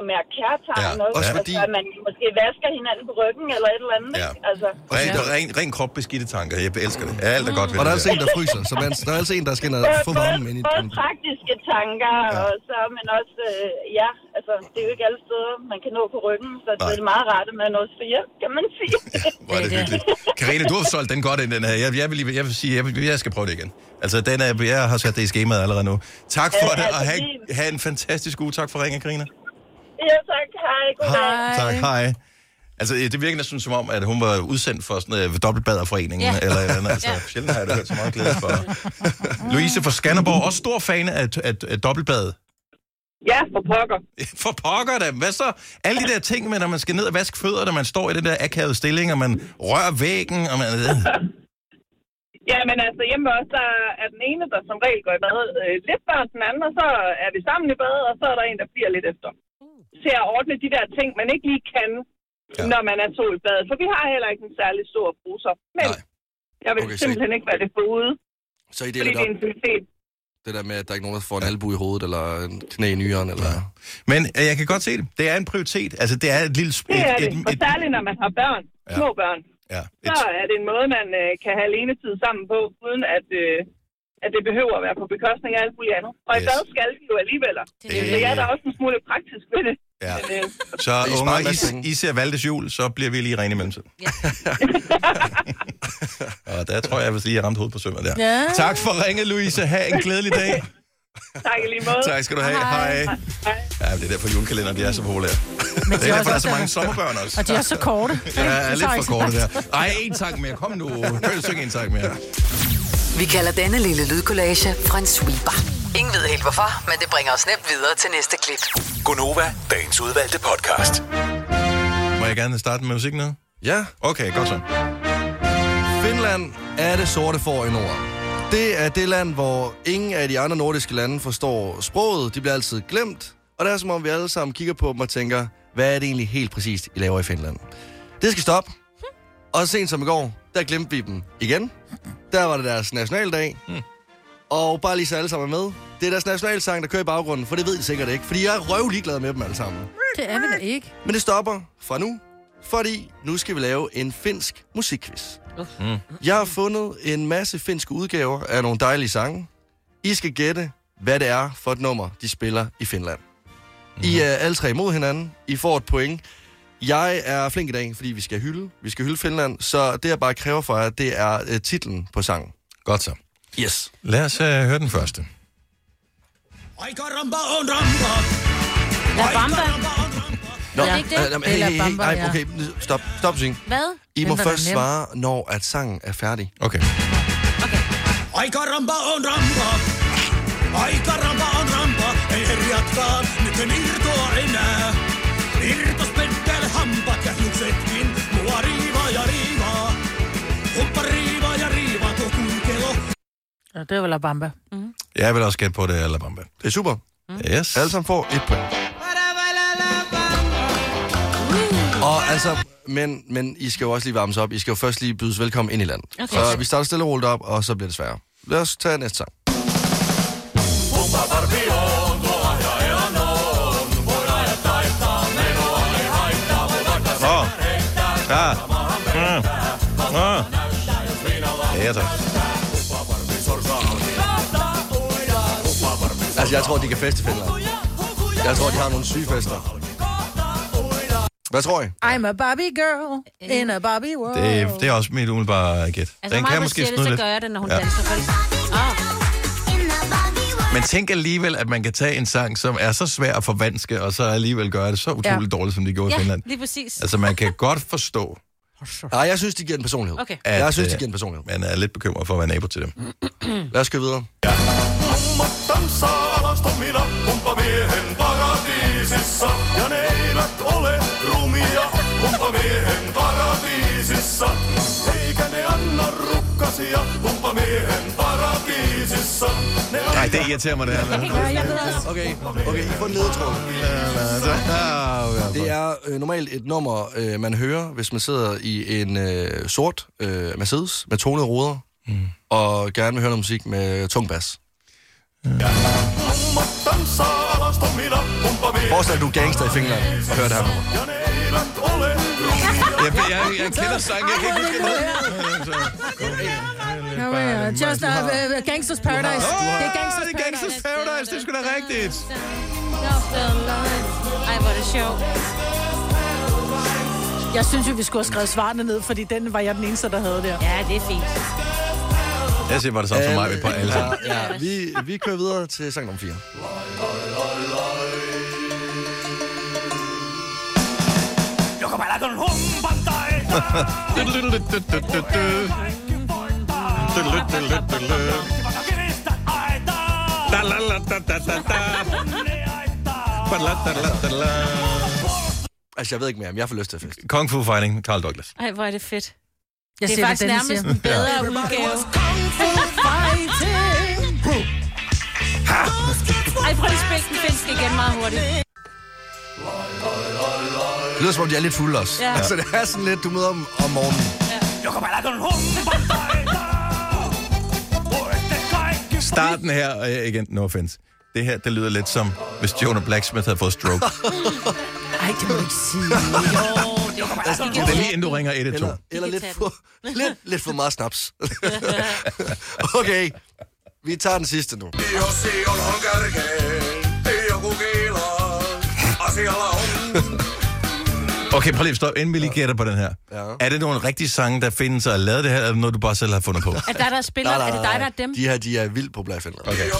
Speaker 19: at mærke kærtegn ja, også,
Speaker 1: også
Speaker 19: altså,
Speaker 1: fordi-
Speaker 19: at man måske vasker hinanden på ryggen eller et eller andet, ja. altså.
Speaker 1: Ren, ja. ren, ren krop beskidte tanker. Jeg elsker det. Alt er godt ved
Speaker 2: Og der er
Speaker 1: det
Speaker 2: altså en, der fryser, så man, der er altså en, der skal ind og
Speaker 19: Både-
Speaker 2: få varmen ind i
Speaker 19: Både praktiske tanker, ja. og så, men også, øh, ja, altså, det er jo ikke alle steder, man kan nå på ryggen, så Nej. det er meget rart, at man også får hjælp, kan man sige.
Speaker 1: Hvor er det hyggeligt. Karina, du har solgt den godt ind, den her. Jeg, jeg, vil, lige- jeg vil sige, jeg, vil- jeg skal prøve det igen. Altså, den er, jeg har sat det i skemaet allerede nu. Tak for
Speaker 19: Ja,
Speaker 1: det, og
Speaker 19: altså,
Speaker 1: have, have en fantastisk uge. Tak for ringen, Karina.
Speaker 19: ja, tak. Hej, goddag.
Speaker 1: Tak, hej. Altså, det virker næsten som om, at hun var udsendt for sådan uh, dobbeltbaderforeningen, ja.
Speaker 19: Ja.
Speaker 1: eller et eller andet. Altså, ja.
Speaker 19: Ja.
Speaker 1: sjældent har jeg da hørt så meget glæde for. Louise fra Skanderborg, også stor fan af, af, af dobbeltbadet. Ja, for pokker. For pokker da. Hvad så? Alle de der ting med, når man skal ned og vaske fødder, når man står i den der akavede stilling, og man rører væggen, og man...
Speaker 6: Ja, men altså hjemme også, der er den ene, der som regel går i bad øh, lidt før den anden, og så er vi sammen i bad, og så er der en, der bliver lidt efter. Til at ordne de der ting, man ikke lige kan, ja. når man er to i bad. For vi har heller ikke en særlig stor bruser. Men Nej. jeg vil
Speaker 2: Okay,
Speaker 6: okay,
Speaker 2: så
Speaker 6: simpelthen ikke være det forude,
Speaker 2: Så I
Speaker 6: fordi
Speaker 2: deler det
Speaker 6: det er
Speaker 2: op.
Speaker 6: en synstet.
Speaker 2: Det der med, at der er ikke nogen, der får en albu i hovedet, eller en knæ i nyeren, eller...
Speaker 1: Men øh, jeg kan godt se det. Det er en prioritet. Altså, det er et lille... sp-
Speaker 6: Det er
Speaker 1: et,
Speaker 6: det. Og særligt, når man har børn,
Speaker 1: Ja.
Speaker 6: små børn,
Speaker 1: Ja.
Speaker 6: så er det en måde, man øh, kan have alenetid sammen på, uden at, øh, at det behøver at være på bekostning af alt muligt andet. Og yes. i
Speaker 1: Yes.
Speaker 6: bad skal de jo alligevel.
Speaker 1: det.
Speaker 6: Så jeg er da også en smule praktisk ved det.
Speaker 1: Ja.
Speaker 6: Men, øh,
Speaker 1: Så unger, I, I ser Valdes jul, så bliver vi lige rene i mellemtiden. Ja. og der tror jeg, hvis lige jeg ramte hovedet på sømmet der.
Speaker 6: Ja.
Speaker 1: Tak for ringet, Louise. Ha' en glædelig dag.
Speaker 6: tak i lige måde.
Speaker 1: Tak skal du have. Hej. Hej. Ja, men det er derfor julekalenderen, de er så populære. Men det er derfor, der er så mange sommerbørn også.
Speaker 3: Og de er så korte.
Speaker 1: Ja, er
Speaker 3: Det
Speaker 1: lidt
Speaker 3: tager
Speaker 1: for
Speaker 3: ikke så
Speaker 1: korte der.
Speaker 3: lang tid.
Speaker 1: Ej, en tak mere. Kom nu. Kan du synge en tak mere?
Speaker 9: Vi kalder denne lille lydkollage en sweeper. Ingen ved helt hvorfor, men det bringer os nemt videre til næste klip.
Speaker 16: Gonova, dagens udvalgte podcast.
Speaker 1: Må jeg gerne starte med musik nu?
Speaker 2: Ja.
Speaker 1: Okay, godt så.
Speaker 2: Finland er det sorte får i Norden. Det er det land, hvor ingen af de andre nordiske lande forstår sproget. De bliver altid glemt. Og det er som om, vi alle sammen kigger på dem og tænker, hvad er det egentlig helt præcist, I laver i Finland? Det skal stoppe. Og sent som i går, der glemte vi dem igen. Der var det deres nationaldag. Og bare lige så alle sammen er med. Det er deres nationalsang, der kører i baggrunden, for det ved de sikkert ikke. Fordi jeg er røv ligeglad med dem alle sammen.
Speaker 3: Det er vi da ikke.
Speaker 2: Men det stopper fra nu, fordi nu skal vi lave en finsk musikquiz.
Speaker 1: Mm.
Speaker 2: Jeg har fundet en masse finske udgaver af nogle dejlige sange. I skal gætte, hvad det er for et nummer, de spiller i Finland. I er alle tre imod hinanden. I får et point. Jeg er flink i dag, fordi vi skal hylde. Vi skal hylde Finland, så det jeg bare kræver for jer, det er øh, titlen på sangen.
Speaker 1: Godt så.
Speaker 2: Yes.
Speaker 1: Lad os uh, høre den første.
Speaker 4: La Bamba.
Speaker 2: Nå,
Speaker 4: Er det ikke det?
Speaker 2: øh, jamen, hey,
Speaker 4: Eller
Speaker 2: hey, hey,
Speaker 4: Bamba,
Speaker 2: nej,
Speaker 4: ja.
Speaker 2: okay, stop, stop, sing.
Speaker 4: Hvad?
Speaker 2: I må
Speaker 4: Den var da
Speaker 2: først
Speaker 4: nem.
Speaker 2: svare, når at sangen er færdig.
Speaker 1: Okay.
Speaker 20: Aika rampa on rampa. Aika rampa on rampa. Ei ehdi jatkaa, nyt en irtoa enää. Irtos penkkäälle hampat ja hiuksetkin. Mua riivaa ja riivaa. Humppa riivaa ja riivaa, tuo kuikelo.
Speaker 3: Ja, det var La Bamba. Mm.
Speaker 1: Jeg vil også gætte på det, Alabamba.
Speaker 2: Det er super.
Speaker 1: Mm. Yes.
Speaker 4: Altså.
Speaker 2: Alle sammen får et point. Og altså, men, men I skal jo også lige varmes op. I skal jo først lige bydes velkommen ind i landet.
Speaker 20: Okay.
Speaker 2: Så vi starter stille og roligt op, og så bliver det sværere. Lad os tage næste sang.
Speaker 1: Nå. Ja. Mm. Nå. Ja, tak.
Speaker 2: Altså, jeg tror, de kan feste i Finland. Jeg tror, de har nogle syge fester. Hvad tror I?
Speaker 3: I'm a Barbie girl in a Barbie world.
Speaker 1: Det, er- det er også mit umiddelbare gæt.
Speaker 4: Altså, den kan måske siger det, så gør jeg det, når hun ja. danser. Fordi... Oh.
Speaker 1: Men tænk alligevel, at man kan tage en sang, som er så svær at forvanske, og så alligevel gøre det så utroligt ja. dårligt, som de gjorde
Speaker 4: ja,
Speaker 1: i Finland.
Speaker 4: lige præcis.
Speaker 1: Altså, man kan godt forstå,
Speaker 2: Nej, jeg synes, de giver en personlighed.
Speaker 4: Okay.
Speaker 1: at
Speaker 2: Jeg synes, de
Speaker 1: øh,
Speaker 2: giver en personlighed.
Speaker 1: man er lidt bekymret for at være nabo til dem.
Speaker 2: Lad os gå videre.
Speaker 20: Tanssaa alastomina, humppamiehen paratiisissa. Ja ne eivät ole rumia, humppamiehen paratiisissa. Eikä ne anna rukkasia, humppamiehen paratiisissa. Ne antaa
Speaker 1: Nej, det irriterer mig, det her. men-
Speaker 2: Okay, okay, I får en ledetråd. Det er øh, normalt et nummer, øh, man hører, hvis man sidder i en øh, sort øh, Mercedes med tonede ruder, mm. og gerne vil høre noget musik med tung bas.
Speaker 20: Mummat tanssaa alastomina, humppamiehen
Speaker 2: Forestil dig, du er gangster i Finland og hører det her nummer.
Speaker 20: Ja ne eivät ole rumia.
Speaker 1: Jeg, jeg, jeg kender sangen, jeg kan ikke huske noget.
Speaker 3: No, yeah. Just uh, uh, Gangsters Paradise. Det er Gangsters Paradise.
Speaker 1: Gangsters Paradise, det er sgu da rigtigt.
Speaker 4: Ej, hvor er det sjovt.
Speaker 3: Jeg synes jo, vi skulle have skrevet svarene ned, fordi den var jeg den eneste, der havde der.
Speaker 4: Ja, det er fint.
Speaker 1: Jeg siger bare det samme som mig, vi på alle sammen.
Speaker 2: Øh, Ja, ja. Vi, vi kører videre til sang nummer 4.
Speaker 20: Joka päivä ton humpan taita. Kiristä aitaa. Onnea aitaa.
Speaker 2: Altså, jeg ved ikke mere, om jeg får lyst til at fest.
Speaker 1: Kung Fu Fighting, Carl Douglas.
Speaker 4: Ej, hvor er det fedt.
Speaker 3: Jeg
Speaker 4: det
Speaker 3: siger,
Speaker 4: er
Speaker 3: hvad
Speaker 4: faktisk
Speaker 3: Dennis
Speaker 4: nærmest
Speaker 3: siger.
Speaker 4: en bedre
Speaker 3: Ja.
Speaker 4: udgave.
Speaker 20: Ej,
Speaker 4: prøv lige at spille den finske igen meget hurtigt.
Speaker 2: Det lyder som om, de er lidt fulde også.
Speaker 4: Ja.
Speaker 2: Ja. Altså, det er sådan lidt, du møder om, om morgenen.
Speaker 1: Starten her, og jeg- igen, no offense. Det her, det lyder lidt som, hvis Jonah Blacksmith havde fået stroke.
Speaker 3: Ej, det må du ikke sige.
Speaker 1: Det er lige inden du ringer 112.
Speaker 2: Eller lidt for, lidt, lidt for meget snaps. okay, vi tager den sidste nu.
Speaker 1: Okay, prøv lige at stoppe, inden vi lige gætter på den her. Er det nogle rigtige sange, der findes og er lavet det her, eller noget, du bare selv har fundet på?
Speaker 4: Er det dig, der spiller?
Speaker 2: Nej, nej,
Speaker 4: Er det dig, der er dem?
Speaker 2: De her, de er vildt populære finder.
Speaker 1: Okay.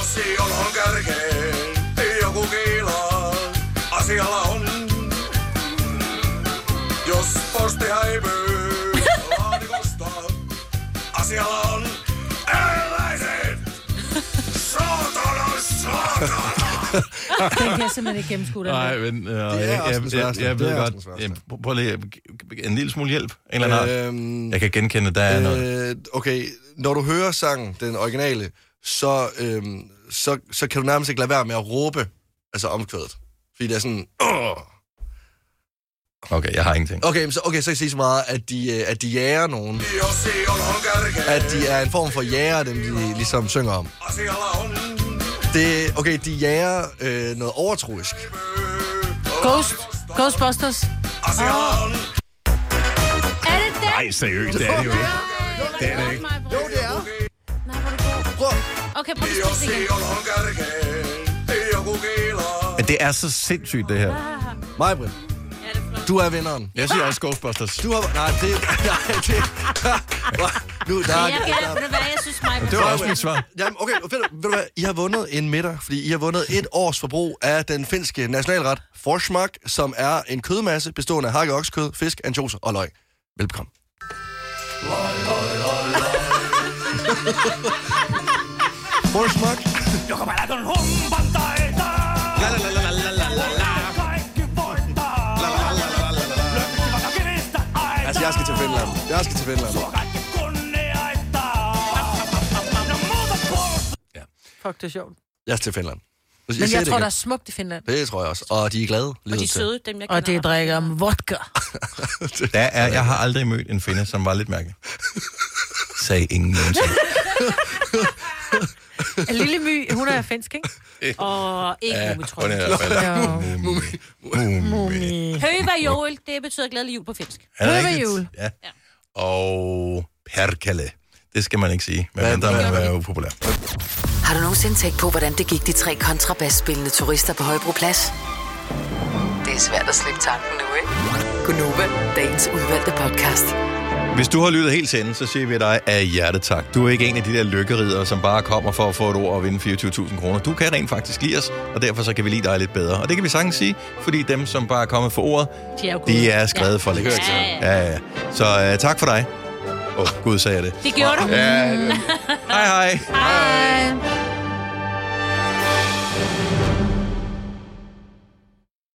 Speaker 20: Jos posti häipyy, laatikosta asialla on erilaiset. Saatana, saatana.
Speaker 3: Den kan jeg simpelthen ikke gennemskue. den der.
Speaker 1: Nej, men øh, jeg,
Speaker 2: også
Speaker 1: jeg,
Speaker 2: den
Speaker 1: jeg,
Speaker 2: sværeste.
Speaker 1: jeg
Speaker 2: Det
Speaker 1: ved
Speaker 2: er også
Speaker 1: godt. Jeg, prøv lige øh, en lille smule hjælp. En eller anden
Speaker 2: Øhm,
Speaker 1: art. Jeg kan genkende, der er noget.
Speaker 2: Øh, okay, når du hører sangen, den originale, så, øhm, så, så kan du nærmest ikke lade være med at råbe altså omkvædet. Fordi det er sådan... Åh!
Speaker 1: Okay, jeg har ingenting.
Speaker 2: Okay, men så, okay, så kan jeg sige så meget, at de, øh, at de jager nogen. At de er en form for jager, dem de ligesom synger om. Det, okay, de jager øh, noget overtroisk.
Speaker 3: Ghost. Ghostbusters.
Speaker 4: Er det dem?
Speaker 1: Nej, seriøst, det er det jo ikke. Det er det ikke.
Speaker 4: Jo, det er. Nej, hvor er det god.
Speaker 2: Prøv.
Speaker 4: Okay, prøv lige at spille den igen.
Speaker 1: Men det er så sindssygt, det her.
Speaker 2: Majbrit, du er vinderen.
Speaker 1: Jeg siger også Ghostbusters.
Speaker 2: Du har... Nej, det... Nej, det... nu, der,
Speaker 4: Jeg
Speaker 2: er-
Speaker 4: kan, ved du hvad, jeg synes mig...
Speaker 2: Jamen, okay, ved du, ved du hvad, I har vundet en middag, fordi I har vundet et års forbrug af den finske nationalret forsmak, som er en kødmasse bestående af hakket oksekød, fisk, ansjoser og løg. Velbekomme. Forsmak.
Speaker 20: Joka päivä on humpan taita.
Speaker 2: Altså, jeg skal til Finland. Jeg skal til Finland.
Speaker 3: Fuck, det er sjovt.
Speaker 2: Jeg skal til Finland.
Speaker 3: Men jeg, tror, der er smukt i Finland.
Speaker 2: Det tror jeg også. Og de er glade. lyder det til.
Speaker 4: dem jeg
Speaker 3: Og det drikker om vodka.
Speaker 1: Der er, jeg har aldrig mødt en finde, som var lidt mærkelig. Sagde ingen nogensinde.
Speaker 3: Lille My, hun er finsk, ikke?
Speaker 4: Og ikke
Speaker 1: Ja,
Speaker 4: mumitrollen.
Speaker 1: hun er i hvert fald- Mumi.
Speaker 4: Høva jul, det betyder glædelig jul på finsk.
Speaker 1: Er det rigtigt? Ja. Og perkale. Det skal man ikke sige, men der man er upopulær.
Speaker 9: Har du nogensinde tænkt på, hvordan det gik de tre kontrabasspillende turister på Højbroplads? Det er svært at slippe tanken nu, ikke? Gunova, dagens udvalgte podcast.
Speaker 1: Hvis du har lyttet helt til enden, så siger vi dig af hjertet tak. Du er ikke en af de der lykkeridere, som bare kommer for at få et ord og vinde 24.000 kroner. Du kan rent faktisk lide os, og derfor så kan vi lide dig lidt bedre. Og det kan vi sagtens sige, fordi dem, som bare er kommet for ordet,
Speaker 4: De er jo gode.
Speaker 1: de er skrevet for
Speaker 4: Ja.
Speaker 1: længst.
Speaker 4: Ja, ja.
Speaker 1: Ja, ja. Så øh, tak for dig. Åh, oh, Gud sagde jeg det.
Speaker 4: Det gjorde du.
Speaker 1: Ja. Hej, hej.
Speaker 4: Hej.